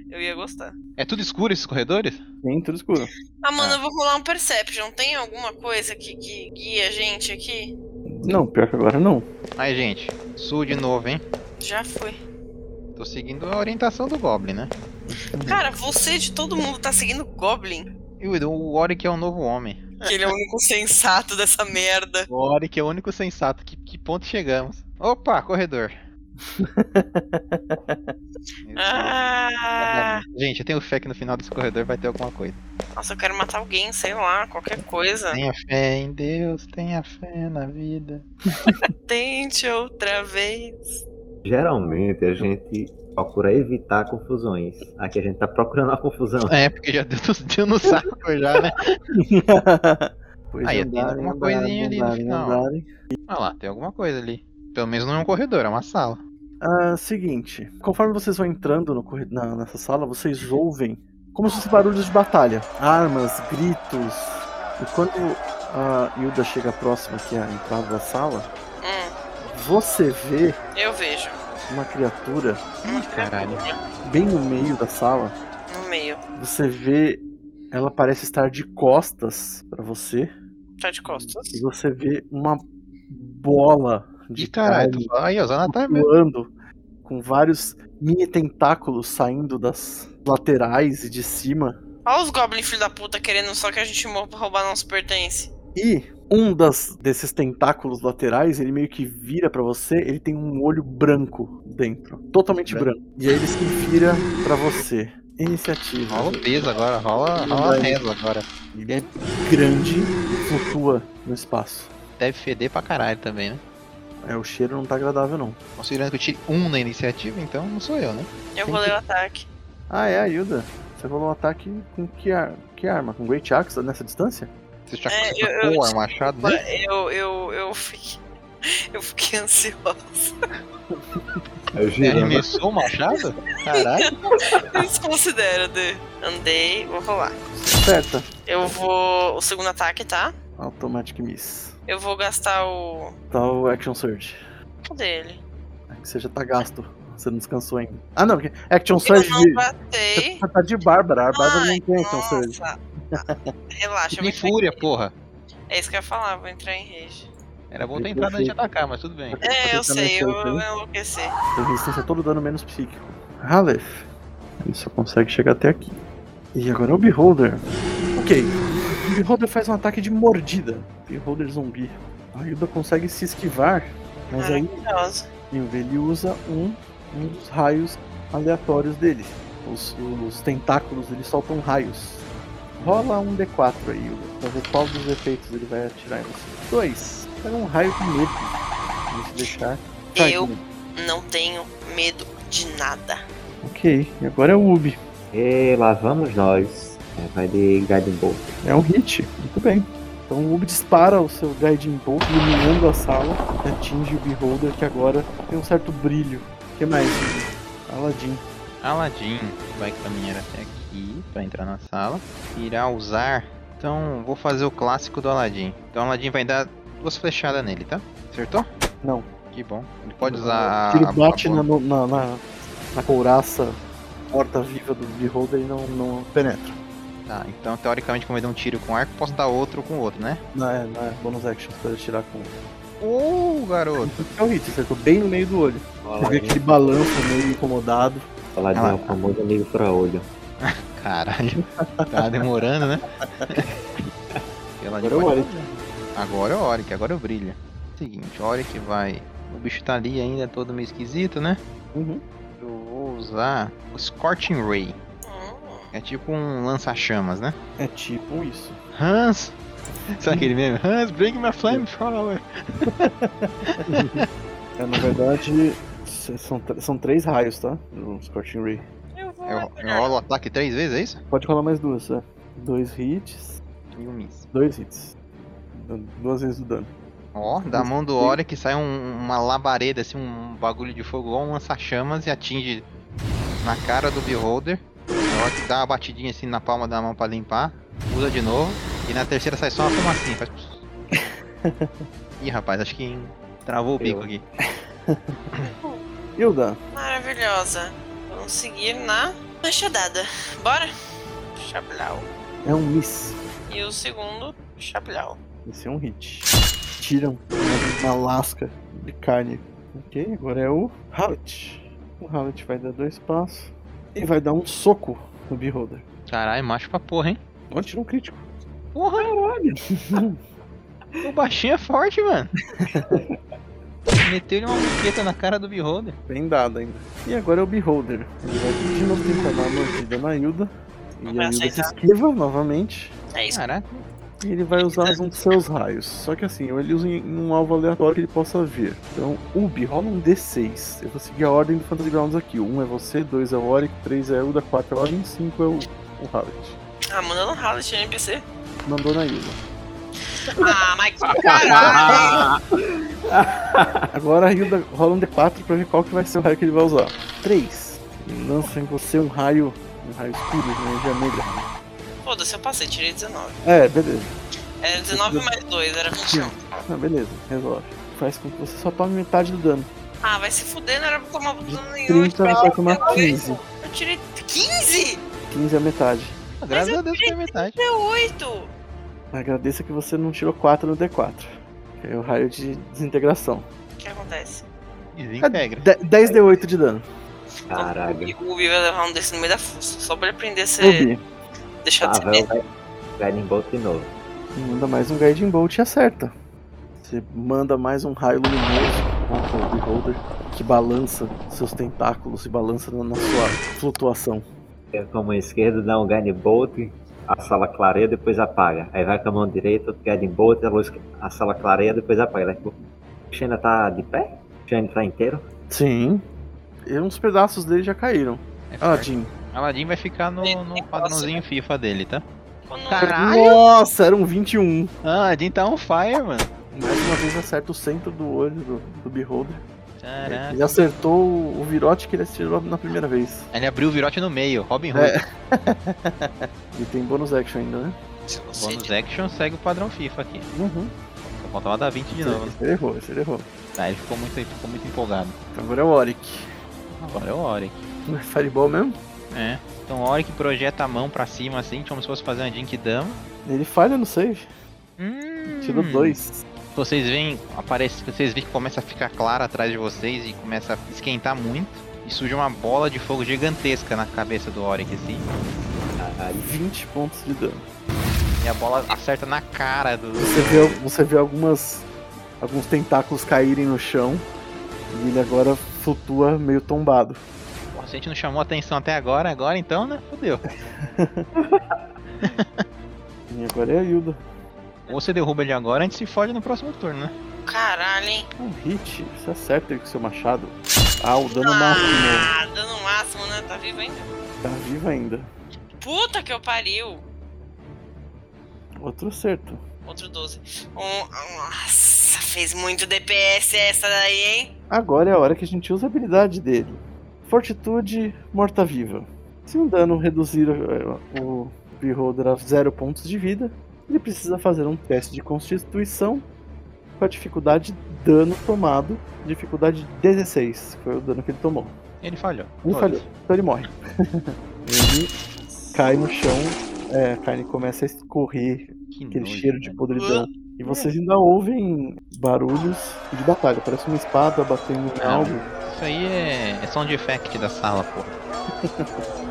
Eu ia gostar.
É tudo escuro esses corredores?
Dentro do escuro.
Ah, mano, eu vou rolar um Perception. Tem alguma coisa que, que guia a gente aqui?
Não, pior que agora
<laughs>
não.
Aí, gente, sul de novo, hein?
Já foi.
Tô seguindo a orientação do Goblin, né?
Cara, você de todo mundo tá seguindo Goblin?
E o- o Warwick é um novo homem.
Que ele é o único sensato dessa merda.
O Oric é o único sensato. Que, que ponto chegamos? Opa, corredor.
Ah,
é Gente, eu tenho fé que no final desse corredor vai ter alguma coisa.
nossa, eu quero matar alguém, sei lá, qualquer coisa.
Tenha fé em Deus, tenha fé na vida.
Tente outra vez.
Geralmente a gente procura evitar confusões. Aqui a gente tá procurando a confusão.
É, porque já deu, <laughs> deu no saco já, né?
Pois
Aí, tem alguma coisinha ali no final. Olha lá, tem alguma coisa ali. Pelo menos não é um corredor, é uma sala.
Ah, seguinte, conforme vocês vão entrando no corre- na- nessa sala, vocês ouvem como se fossem barulhos de batalha. Armas, gritos. E quando a Hilda chega próxima aqui à entrada da sala,
Hum,
você vê
eu vejo.
uma criatura
Uma
caralho.
criatura
bem no meio da sala.
né? No meio.
Você vê ela parece estar de costas pra você
Tá de costas.
e você vê uma bola de
De caralho, então
carne
tu fala aí, ó, Zanatar mesmo.
voando com vários mini tentáculos saindo das laterais e de cima.
Olha os goblins filho da puta querendo só que a gente morra pra roubar nosso pertence.
E um das, desses tentáculos laterais, ele meio que vira pra você, ele tem um olho branco dentro. Totalmente branco.
Branco.
E aí ele se vira pra você. Iniciativa.
Rola o peso agora, rola, rola a reza agora.
Ele é grande e flutua no espaço.
Deve feder pra caralho também, né?
É, o cheiro não tá agradável, não.
Considerando que eu tire um na iniciativa, então não sou eu, né?
Eu rolei o ataque.
Ah, é, ajuda. Você rolou um ataque com que, ar- que arma? Com Great Axe nessa distância?
Você já
É, eu- eu-
sacou o machado, né?
Eu, eu, eu fiquei. <laughs> Eu fiquei ansiosa.
Eu né?
Você
girando.
arremessou o machado?
<laughs>
Caralho.
Desconsidera, D. Andei, vou rolar.
Certa.
Eu vou. O segundo ataque, tá?
Automatic Miss.
Eu vou gastar o.
Tá o Action Surge.
Cadê ele?
É que você já tá gasto. Você não descansou ainda. Ah, não, porque Action
Eu
Surge.
não
de-
batei.
Você tá de Bárbara. A Bárbara
Ai,
não tem Action Surge.
nossa. Tá. Relaxa, eu vou
Me
entrar...
fúria, porra.
É isso que eu ia falar, vou entrar em rage.
Era bom ter entrado antes de atacar, mas tudo bem.
É, eu
Você tá
sei, eu
mexendo,
eu
né?
enlouqueci.
Tem resistência a todo dano menos psíquico. Halef. Ele só consegue chegar até aqui. E agora é o Beholder. Ok. O Beholder faz um ataque de mordida. Beholder zumbi. A Hilda consegue se esquivar,
Ah.
mas aí
Maravilhoso.
ele usa um, um dos raios aleatórios dele. Os, os tentáculos eles soltam raios. Rola um D4 aí, Hilda, pra ver qual dos efeitos ele vai atirar em você. Dois. Pega um raio com medo. Deixa eu deixar. um.
Eu
Tadinho.
não tenho medo de nada.
Ok, e agora é o Ubi.
E lá vamos nós. É, vai de Guiding Bolt.
É um hit, muito bem. Então o Ubi dispara o seu Guiding Bolt, iluminando a sala, e atinge o Beholder, que agora tem um certo brilho. O que mais, Ubi? Aladdin.
Aladdin vai caminhar até aqui pra entrar na sala. Irá usar. Então, vou fazer o clássico do Aladdin. Então, Aladdin vai dar duas flechadas nele, tá? Acertou?
Não.
Que bom. Ele pode
Ah,
usar.
Ele
a- a-
bate
a-
na, na, na, na couraça morta-viva do Beholder e não, não penetra.
Tá, então, teoricamente, como ele deu um tiro com arco, posso dar outro com outro, né?
Não é, não é bonus action, você pode tirar com.
Ô, garoto!
É o hit, acertou bem no meio do olho. Você vê aquele balanço meio incomodado.
Falar de
Ah,
um famoso amigo pra olho.
Caralho. Tá demorando, né? E Aladdin
Agora é o
pode-
Oric.
Agora é o Oric, agora eu brilho. Seguinte, o Oric vai. O bicho tá ali ainda, todo meio esquisito, né?
Uhum.
Eu vou usar o Scorching Ray.
Hum,
É tipo um lança-chamas, né?
É tipo isso.
Hans! Sabe aquele mesmo? Hans, bring my flamethrower!
É, na verdade, c- são, tr- são três raios, tá? No Scorching Ray.
eu vou
Eu, eu
atacar.
rolo É o ataque três vezes, é isso?
Pode rolar mais duas, é. Dois hits.
E um miss.
Dois hits. Du- Duas vezes o dano.
Ó, da mão do Oric sai um- uma labareda, assim, um bagulho de fogo, igual um lança-chamas e atinge na cara do Beholder. O Oric dá uma batidinha assim na palma da mão pra limpar, usa de novo, e na terceira sai só uma fumacinha. Faz... Ih, rapaz, acho que travou o bico
Eu.
aqui.
Hilda,
Maravilhosa. Vamos seguir na machadada. Bora? Chablau.
é um miss.
E o segundo, chablau.
Esse é um hit. Tiram uma lasca de carne. Ok, agora é o Hallet. O Hallet vai dar dois passos e vai dar um soco no Beholder.
Caralho, macho pra porra, hein?
Onde tirou um crítico.
Porra! o baixinho é forte, mano. Meteu-lhe uma buqueta na cara do Beholder.
Bem dado ainda. E agora é o Beholder. Ele vai de novo tentar dar uma mordida na Hilda.
Não
E
vai
a Hilda se
aceitar.
esquiva novamente.
É isso.
Caraca.
E ele vai usar um dos seus raios. Só que assim, ele usa em um alvo aleatório que ele possa ver. Então, Ubi, rola um D6. Eu vou seguir a ordem do Fantasy Grounds aqui. Um é você, dois é o Oric, três é a Uda, quatro é o Alien, cinco é o, o Hallett.
Ah, manda no Hallett no NPC.
Mandou na Hilda.
Ah, mas que caralho!
Agora a Hilda rola um D4 pra ver qual que vai ser o raio que ele vai usar. 3. Lança em você um raio. Um raio escuro, uma energia negra.
Foda-se, eu passei, tirei 19.
É, beleza.
Era 19 mais 2, era 21.
Ah, beleza, resolve. Faz com que você só tome metade do dano.
Ah, vai se fuder, não era pra tomar dano nenhum.
30 você vai tomar 15.
Eu tirei 15?
15 é a metade.
Graças a Deus foi metade.
18!
Agradeça que você não tirou 4 no D4. que É o raio de desintegração.
O que acontece?
Desintegra.
De- 10 D8 de dano.
Caralho.
E o Ubi vai levar um desse no meio da fuça, só pra ele aprender a
É.
ser.
Ubi,
deixar
Ah,
de ser
vai
besta.
o Guiding Bolt de novo.
manda mais um Guiding Bolt e acerta. Você manda mais um raio luminoso contra o Beholder, que balança seus tentáculos e balança na na sua flutuação.
Eu com a mão esquerda dá um Guiding Bolt, a sala clareia, depois apaga. Aí vai com a mão direita, outro Guiding Bolt, a, luz, a sala clareia, depois apaga. Daí, pô, O Xena tá de pé? O Xena tá inteiro?
Sim. E uns pedaços dele já caíram.
É
Ah,
forte.
Jim.
Aladdin vai ficar no, no padrãozinho FIFA dele, tá?
Quando-
Caralho!
Nossa, era um 21.
Ah, Aladdin tá on fire, mano.
Mais uma vez acerta o centro do olho do, do Beholder.
Caraca.
Ele acertou o virote que ele atirou na primeira vez.
Ele abriu o virote no meio, Robin Hood.
É. E tem bônus action ainda, né?
Se você
Bônus action segue o padrão FIFA aqui.
Uhum.
Só faltava dar 20 de novo. né?
Ele errou, esse ele errou.
Tá, ele ficou muito, ficou muito empolgado.
Então agora é o Oric.
Agora é o Oric.
Não é Fireball mesmo?
É. Então o Oric projeta a mão pra cima assim, como se fosse fazer uma Jinkidama.
Ele falha no save.
Hum.
Tira dois.
Vocês veem, aparece, vocês veem que começa a ficar claro atrás de vocês e começa a esquentar muito. E surge uma bola de fogo gigantesca na cabeça do Oric assim.
Caralho.
20 pontos de dano.
E a bola acerta na cara do.
Você vê, você vê algumas. alguns tentáculos caírem no chão. E ele agora flutua meio tombado.
Porra, se a gente não chamou atenção até agora, agora então, né? Fudeu.
E agora é a Hilda.
Ou você derruba ele agora, a gente se fode no próximo turno, né?
Caralho, hein?
Um hit, você acerta ele com seu machado. Ah, o dano máximo.
Ah, dano máximo, né? Tá vivo ainda.
Tá vivo ainda.
Puta que eu pariu!
Outro acerto.
Outro 12. Um- nossa, fez muito DPS essa daí, hein?
Agora é a hora que a gente usa a habilidade dele. Fortitude morta-viva. Se um dano reduzir eh, o Beholder a 0 pontos de vida, ele precisa fazer um teste de constituição com a dificuldade dano tomado, dificuldade 16, que foi o dano que ele tomou.
Ele falhou.
Ele
Foda-se.
falhou, então ele morre. ele cai no chão, é, a carne começa a escorrer,
Que
aquele
nojo, né?
cheiro de
velho.
podridão. E vocês ainda ouvem barulhos de batalha, parece uma espada batendo em
Ah,
algo.
Isso aí é, é sound effect da sala, porra.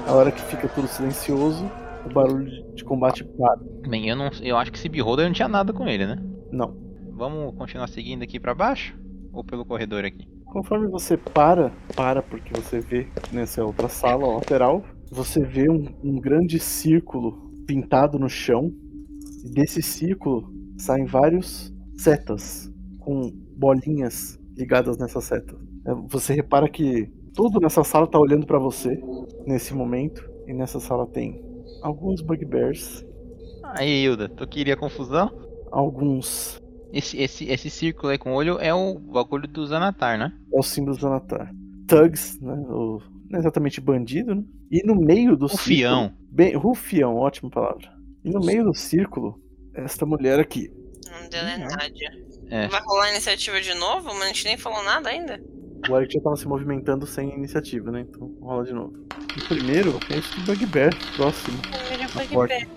A hora que fica tudo silencioso, o barulho de- de combate para.
Bem, eu, não, eu acho que esse beholder não tinha nada com ele, né?
Não.
Vamos continuar seguindo aqui pra baixo? Ou pelo corredor aqui?
Conforme você para, para porque você vê nessa outra sala ó, lateral, você vê um, um grande círculo pintado no chão. E desse círculo saem vários setas com bolinhas ligadas nessa seta. É, Você repara que tudo nessa sala tá olhando para você nesse momento. E nessa sala tem alguns bugbears,
Aí, Hilda, tu queria confusão?
alguns
Esse, esse, esse círculo aí com o olho é o bagulho do Zanatar, né?
é o símbolo do Zanatar. Thugs, né? O, não é exatamente bandido, né? E no meio do
O fião.
círculo. Bem, rufião, ótima palavra. E no meio do círculo, esta mulher aqui.
O nome dela é
Não.
Nádia.
É.
Vai rolar a iniciativa de novo? Mas a gente nem falou nada ainda.
O Eric já tava se movimentando sem iniciativa, né? Então rola de novo. E primeiro, é esse do Bugbear, próximo.
Primeiro
Na
foi que
porta.
pé.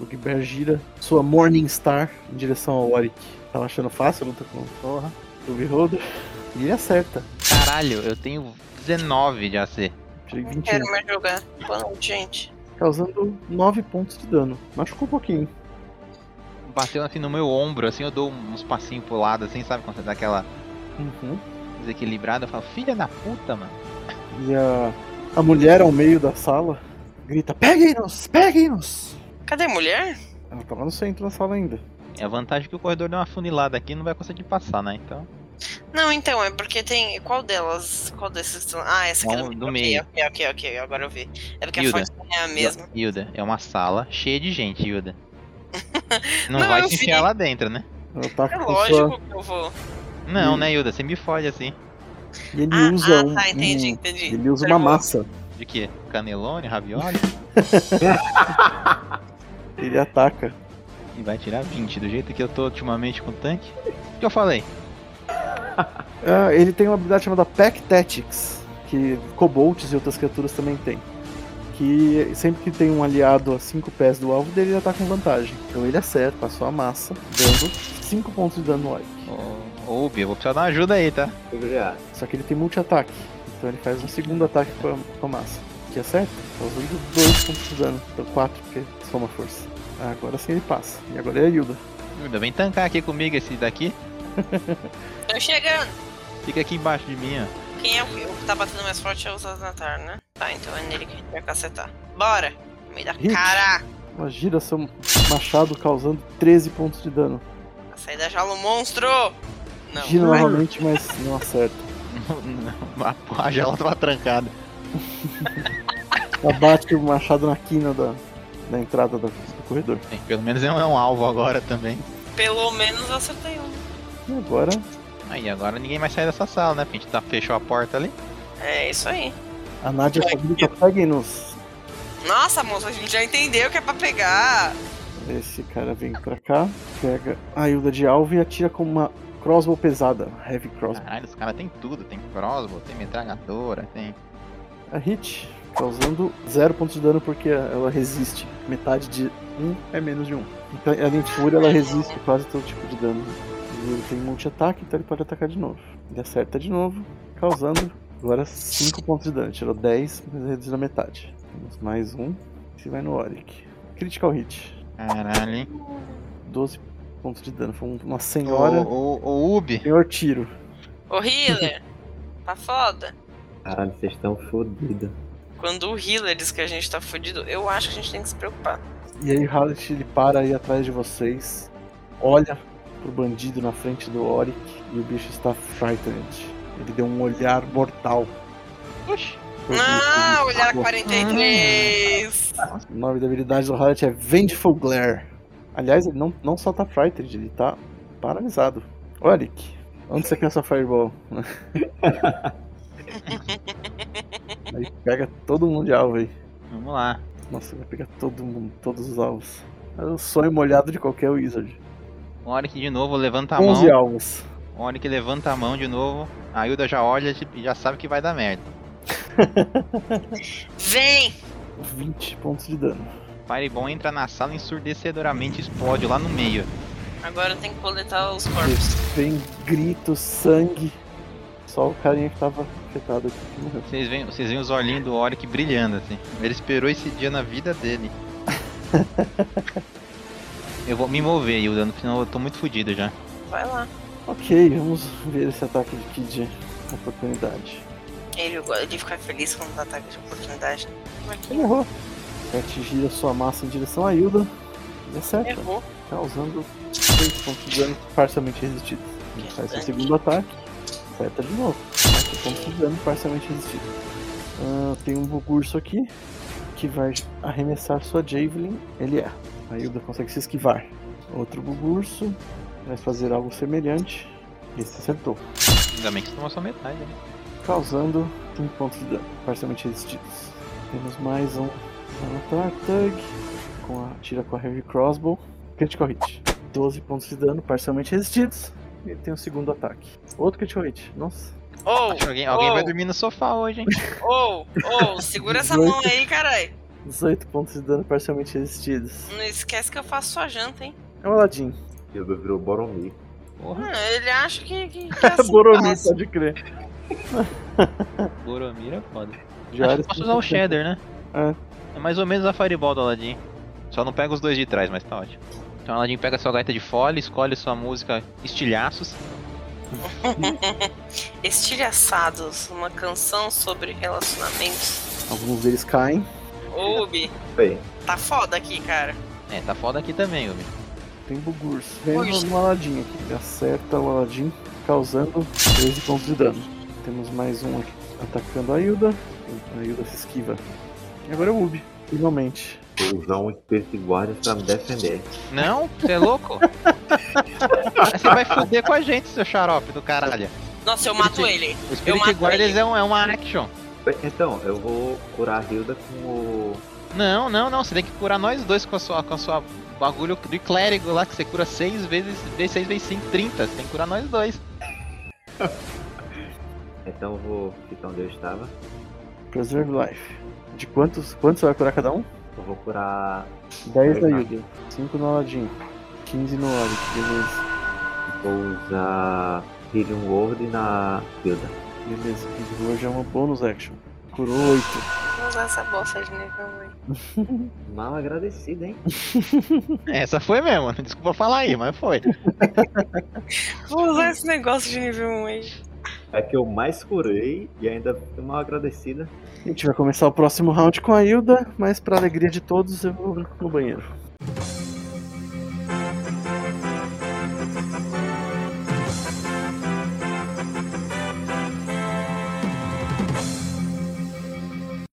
O Bugbear gira sua Morning Star em direção ao Oric. Tava achando fácil a luta com
Porra.
o Beholder. E ele acerta.
Caralho, eu tenho 19 de AC.
Tirei
Não
21.
quero mais jogar. Boa noite, gente.
Causando 9 pontos de dano. Machucou um pouquinho.
bateu assim no meu ombro, assim, eu dou uns passinhos pro lado, assim, sabe? Quando você dá aquela
Uhum.
desequilibrada, eu falo, filha da puta, mano.
E a, a mulher ao meio da sala grita: Peguem-nos! Peguem-nos!
Cadê mulher?
Ela tá lá no centro da sala ainda.
É a vantagem é que o corredor deu uma funilada aqui e não vai conseguir passar, né? Então.
Não, então, é porque tem. Qual delas? Qual desses? são- Ah, essa aqui
Bom,
é
do
ok,
meio.
Ok, ok, ok, agora eu vi. É porque
Hilda.
a foto não é a mesma.
Hilda, é uma sala cheia de gente, Hilda. Não,
Não,
vai
eu
se
vi.
enfiar lá dentro, né?
Ela tá
É
com
lógico que eu vou.
Não,
Hum.
né, Hilda? Você me fode assim.
sua- E ele
Ah,
usa
ah,
um.
tá, entendi,
um-
entendi. Tá
Ele usa uma massa.
De quê? Canelone, ravioli?
Ele ataca.
e vai tirar 20, do jeito que eu tô ultimamente com o tanque. O que eu falei?
Ah, ele tem uma habilidade chamada Pack Tactics, que kobolds e outras criaturas também têm. Que sempre que tem um aliado a 5 pés do alvo dele, ele ataca com vantagem. Então ele acerta, passou a massa, dando 5 pontos de dano órico.
Ô, Ubi, eu vou precisar dar uma ajuda aí, tá?
Eu já.
Só que ele tem multi-ataque. Então ele faz um segundo ataque com a, com a massa. Que é acerta? Causando 2 pontos de dano. Então 4, porque soma força. Ah, Agora sim ele passa. E agora é a Hilda.
Hilda, vem tancar aqui comigo esse daqui.
Tô chegando.
Fica aqui embaixo de mim, ó.
Quem é o o que tá batendo mais forte é o Zanatar, né? Tá, então é nele que a gente vai cacetar. Bora! No meio da
Hit.
cara!
Ela gira seu é um machado, causando 13 pontos de dano.
A saída jalo monstro! Não. é
Gira novamente, mas não acerta.
<laughs> A janela tava trancada.
Ela bate o machado na quina da, da entrada do, do corredor.
Bem, Pelo menos é um, é um alvo agora também.
Pelo menos eu acertei um.
E agora,
Aí agora ninguém mais sai dessa sala, né? Porque a gente tá, fechou a porta ali.
É isso aí.
a Nadia tá só grita, peguem-nos.
Nossa, moça, a gente já entendeu que é pra pegar.
Esse cara vem pra cá, pega a Hilda de alvo e atira com uma crossbow pesada. Heavy crossbow.
Caralho, os caras tem tudo. Tem crossbow, tem metralhadora, tem...
A hit, causando 0 pontos de dano porque ela resiste. Metade de 1 um é menos de 1. Um. Então ela em fúria, ela resiste quase todo tipo de dano. E ele tem multi-ataque, então ele pode atacar de novo. Ele acerta de novo, causando agora 5 pontos de dano. Tirou 10, mas reduziu na metade. Temos mais um. Esse vai no Oric. Critical hit.
Caralho, hein?
12 pontos de dano. Foi um- uma
Ô,
senhora.
ô, ô, Ubi.
Senhor tiro.
Ô, healer, tá foda.
Caralho, vocês estão fodidos.
Quando o healer diz que a gente tá fudido, eu acho que a gente tem que se preocupar.
E aí o Hallet ele para aí atrás de vocês, olha pro bandido na frente do Oric e o bicho está frightened. Ele deu um olhar mortal.
Oxi.
pro
Não,
bicho.
Ah, olhar 43.
O nome da habilidade do Hallet é Vengeful Glare. Aliás, ele não, não só tá frightened, ele tá paralisado. Oric, onde você quer essa fireball? <laughs> aí pega todo mundo de alvo aí.
Vamos lá.
Nossa, vai pegar todo mundo, todos os alvos. É o sonho molhado de qualquer wizard.
Olha que de novo levanta a mão.
11 alvos.
Olha que levanta a mão de novo. A Hilda já olha e tipo, já sabe que vai dar merda.
Vem!
20 pontos de dano.
Fireball entra na sala ensurdecedoramente explode lá no meio.
Agora eu tenho que coletar os corpos.
Vem grito, sangue. Só o carinha que tava afetado aqui que morreu.
Vocês veem, vocês veem os olhinhos do Oric brilhando assim. Ele esperou esse dia na vida dele. eu vou me mover, Hilda, no final eu tô muito fudido já.
Vai lá.
Ok, vamos ver esse ataque de Kid oportunidade.
Ele, ele fica feliz quando dá ataque de oportunidade.
Ele errou. Vai atingir a sua massa em direção à Hilda. E acerta,
Errou.
causando 6 Tá pontos de dano parcialmente resistidos. Ele faz seu segundo ataque. Acerta de novo. 4 pontos de dano parcialmente resistido. Ah, tem um bugurso aqui que vai arremessar sua Javelin. Ele erra. A Hilda consegue se esquivar. Outro bugurso vai fazer algo semelhante. Esse acertou.
Ainda bem que você tomou só metade, né?
Causando 5 pontos de dano parcialmente resistidos. Temos mais um Zanatar Tug. Com a, tira com a Heavy Crossbow. Critical Hit. 12 pontos de dano parcialmente resistidos. E tem o segundo ataque. Outro Critical Hit. Nossa.
Ou,
Acho que alguém, alguém
Oh.
vai dormir no sofá hoje, hein?
ou, ou, segura essa mão aí, carai.
18 pontos de dano parcialmente resistidos.
Não esquece que eu faço sua janta, hein?
É o Aladdin.
Eu virou Boromir.
Porra,
Ah, ele acha que, que, que é assim
Boromir,
fácil.
pode crer.
Boromir é foda. Acho
Já
que eu posso usar o Shader, né? É mais ou menos a Fireball do Aladdin. Só não pega os dois de trás, mas tá ótimo. Então a Aladdin pega sua gaita de fole, escolhe sua música Estilhaços.
Estilhaçados, uma canção sobre relacionamentos.
Alguns deles caem.
Ô, Ubi,
Foi.
tá foda aqui, cara.
É, tá foda aqui também, Ubi.
Tem Bugurs. Vem
Bugurs.
no Aladim aqui. Ele acerta o Aladim, causando 13 pontos de dano. Temos mais um aqui atacando a Hilda. A Hilda se esquiva. E agora é o Ubi, finalmente.
Vou usar um espírito de guarda pra me defender.
Não? Você é louco? Você vai foder com a gente, seu xarope do caralho.
Nossa, eu mato ele.
O Spirit
mato
Guard
ele.
eles é, um- é uma action.
Bem, Então, eu vou curar a Hilda com o.
Não, não, não. Você tem que curar nós dois com a sua, com a sua bagulho de clérigo lá, que você cura 6 vezes, 6 vezes 5, 30. Você tem que curar nós dois.
Então eu vou ficar onde eu estava.
Preserve Life. De quantos, quantos você vai curar cada um?
Eu vou curar.
10 na
Tá.
Hilda, 5 no Aladim, 15 no Ori, beleza.
Vou usar Healing World um na Hilda.
Beleza, Kid Hoje é uma bônus action. Curou 8.
Vou usar essa bolsa de nível um 8.
Mal agradecido, hein?
Essa foi mesmo. <laughs> Desculpa falar aí, mas foi.
Vou usar esse negócio de nível 1 aí.
É que eu mais curei e ainda fico mal agradecida.
A gente vai começar o próximo round com a Hilda, mas pra alegria de todos eu vou no banheiro.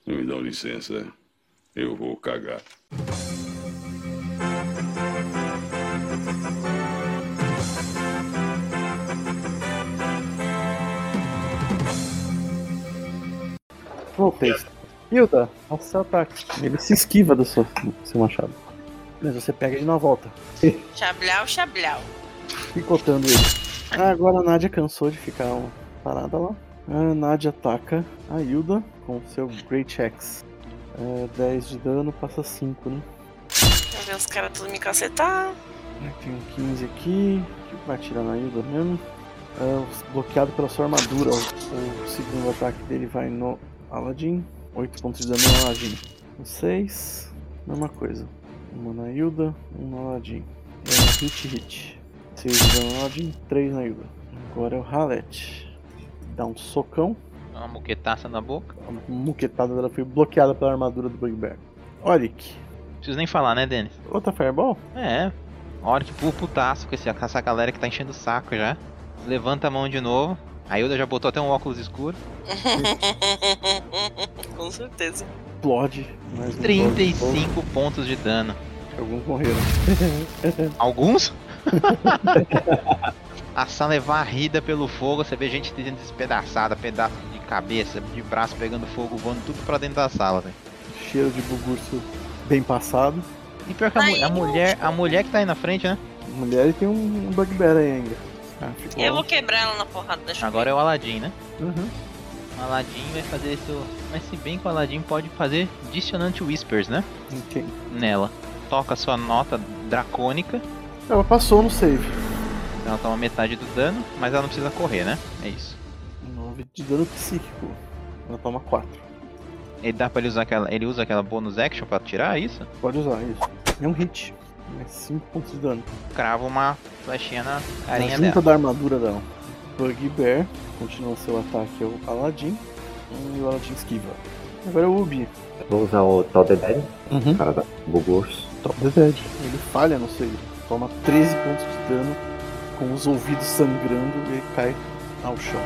Me dão licença, né? eu vou cagar.
Voltei. Hilda, faça seu ataque. Ele se esquiva do seu, do seu machado. Mas você pega de na volta,
Chablau, chablau.
picotando ele. Ah, agora a Nadia cansou de ficar ó, parada lá. A Nadia ataca a Hilda com o seu Great Axe. É, 10 de dano, passa 5, né?
Vou ver os caras tudo me cacetar.
Ah, Tem um 15 aqui. que Vai atirar na Hilda mesmo. Ah, bloqueado pela sua armadura. O segundo ataque dele vai no Aladdin. 8 pontos de dano no Aladdin. Um 6. Mesma coisa. Uma na Hilda, um no Aladdin. É um hit hit. 6 de dano no Aladdin, 3 na Hilda. Agora é o Halet. Dá um socão.
Uma moquetaça na boca.
A muquetada dela foi bloqueada pela armadura do Bugbear. Oric.
Não preciso nem falar, né, Denis?
Outra Fireball?
É. Hora que pula putaço com esse- com essa galera que tá enchendo o saco já. Levanta a mão de novo. A Hilda já botou até um óculos escuro.
Com certeza.
Explode. Mais um
35 pontos de dano.
golpe. Alguns morreram.
Alguns? <laughs> a sala é varrida pelo fogo. Você vê gente sendo despedaçada, pedaço de cabeça, de braço pegando fogo, voando tudo pra dentro da sala, velho.
cheiro de bugurso bem passado.
E pior que a, mu-
Ai,
a mulher, a mulher que tá aí na frente, né?
Mulher e tem um bugbear aí ainda. Ah, ficou.
Eu vou quebrar ela na porrada. Deixa eu
Agora é o Aladdin, né?
Uhum.
O Aladdin vai fazer isso. Mas se bem que o Aladdin pode fazer dissonante whispers, né?
Ok.
nela. Toca sua nota dracônica.
Ela passou no save.
Ela toma metade do dano, mas ela não precisa correr, né? É isso.
9 de dano psíquico. Ela toma 4.
Ele dá pra ele usar aquela. Ele usa aquela bonus action pra tirar é isso?
Pode usar isso. É um hit. Mais 5 pontos de dano.
Crava uma flechinha na
Na
carinha
junta
dela.
da armadura dela. Bugbear continua seu ataque ao Aladdin. E o Aladdin esquiva. Agora é o Ubi.
Vou usar o Tal The Dead,
Uhum.
cara da Bugurs.
Top the dead. Ele falha no save. Toma 13 pontos de dano. Com os ouvidos sangrando. E ele cai ao chão.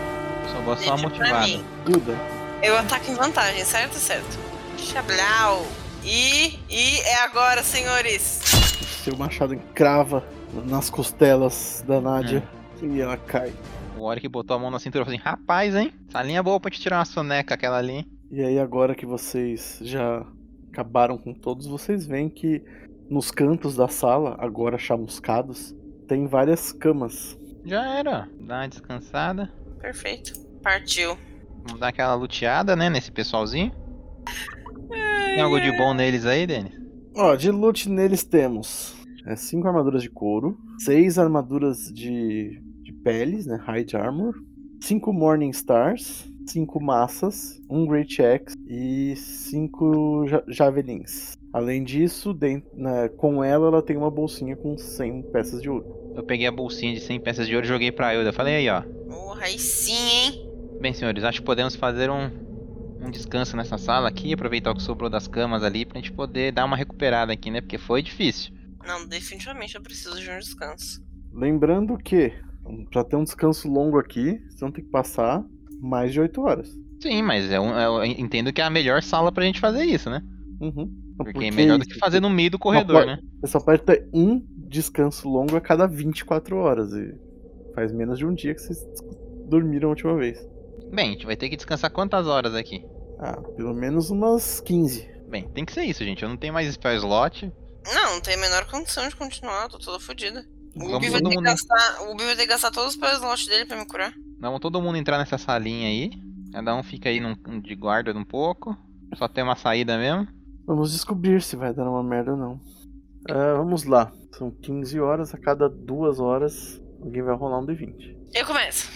Sobrou só né? uma
Deixa pra
motivada.
mim.
Hilda.
Eu ataco em vantagem, certo? Certo. Chablau. E, e é agora, senhores.
Seu machado encrava nas costelas da Nádia e ela cai.
O Oric botou a mão na cintura e falou assim: Rapaz, hein? Essa linha é boa pra te tirar uma soneca, aquela ali. hein?"
E aí, agora que vocês já acabaram com todos, vocês veem que nos cantos da sala, agora chamuscados, tem várias camas.
Já era. Dá uma descansada.
Perfeito. Partiu.
Vamos dar aquela luteada, né? Nesse pessoalzinho. Tem algo de bom neles aí, Denis?
Ó, de loot neles temos é, cinco armaduras de couro, seis armaduras de, de peles, né? Hide armor, cinco Morning Stars, cinco massas, um Great Axe e cinco ja- javelins. Além disso, den- na- com ela, ela tem uma bolsinha com 100 peças de ouro.
Eu peguei a bolsinha de 100 peças de ouro e joguei pra Hilda. Falei aí, ó.
Porra, aí sim, hein?
Bem, senhores, acho que podemos fazer um, um descanso nessa sala aqui, aproveitar o que sobrou das camas ali pra gente poder dar uma recuperada aqui, né? Porque foi difícil.
Não, definitivamente eu preciso de um descanso.
Lembrando que, pra ter um descanso longo aqui, vocês vão ter que passar mais de 8 horas.
Sim, mas eu, eu entendo que é a melhor sala pra gente fazer isso, né?
Uhum.
Porque é melhor do que
isso?
fazer no meio do corredor,
pode-
né?
Essa parte ter um descanso longo a cada 24 horas. E faz menos de um dia que vocês dormiram a última vez.
Bem, a gente vai ter que descansar quantas horas aqui?
Ah, pelo menos umas 15.
Bem, tem que ser isso, gente. Eu não tenho mais spell slot.
Não, não tem a menor condição de continuar, eu tô toda fodida. O Ubi
Vamos
vai,
todo
ter que
mundo,
gastar- o Ubi vai ter que gastar todos os slots dele pra me curar.
vamos todo mundo entrar nessa salinha aí. Cada um fica aí num- de guarda um pouco. Só tem uma saída mesmo.
Vamos descobrir se vai dar uma merda ou não. Ah, vamos lá. São 15 horas, a cada 2 horas alguém vai rolar um D20.
Eu começo.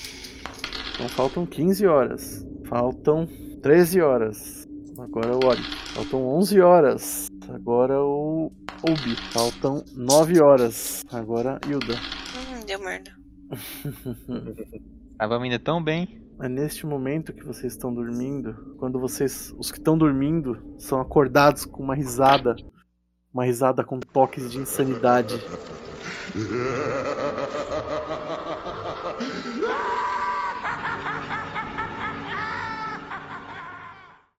Então faltam 15 horas. Faltam 13 horas. Agora o Ori. Faltam 11 horas. Agora o Obi. Faltam 9 horas. Agora Hilda.
Hum, deu merda.
Tava indo tão bem.
É neste momento que vocês estão dormindo, quando vocês, os que estão dormindo, são acordados com uma risada, uma risada com toques de insanidade.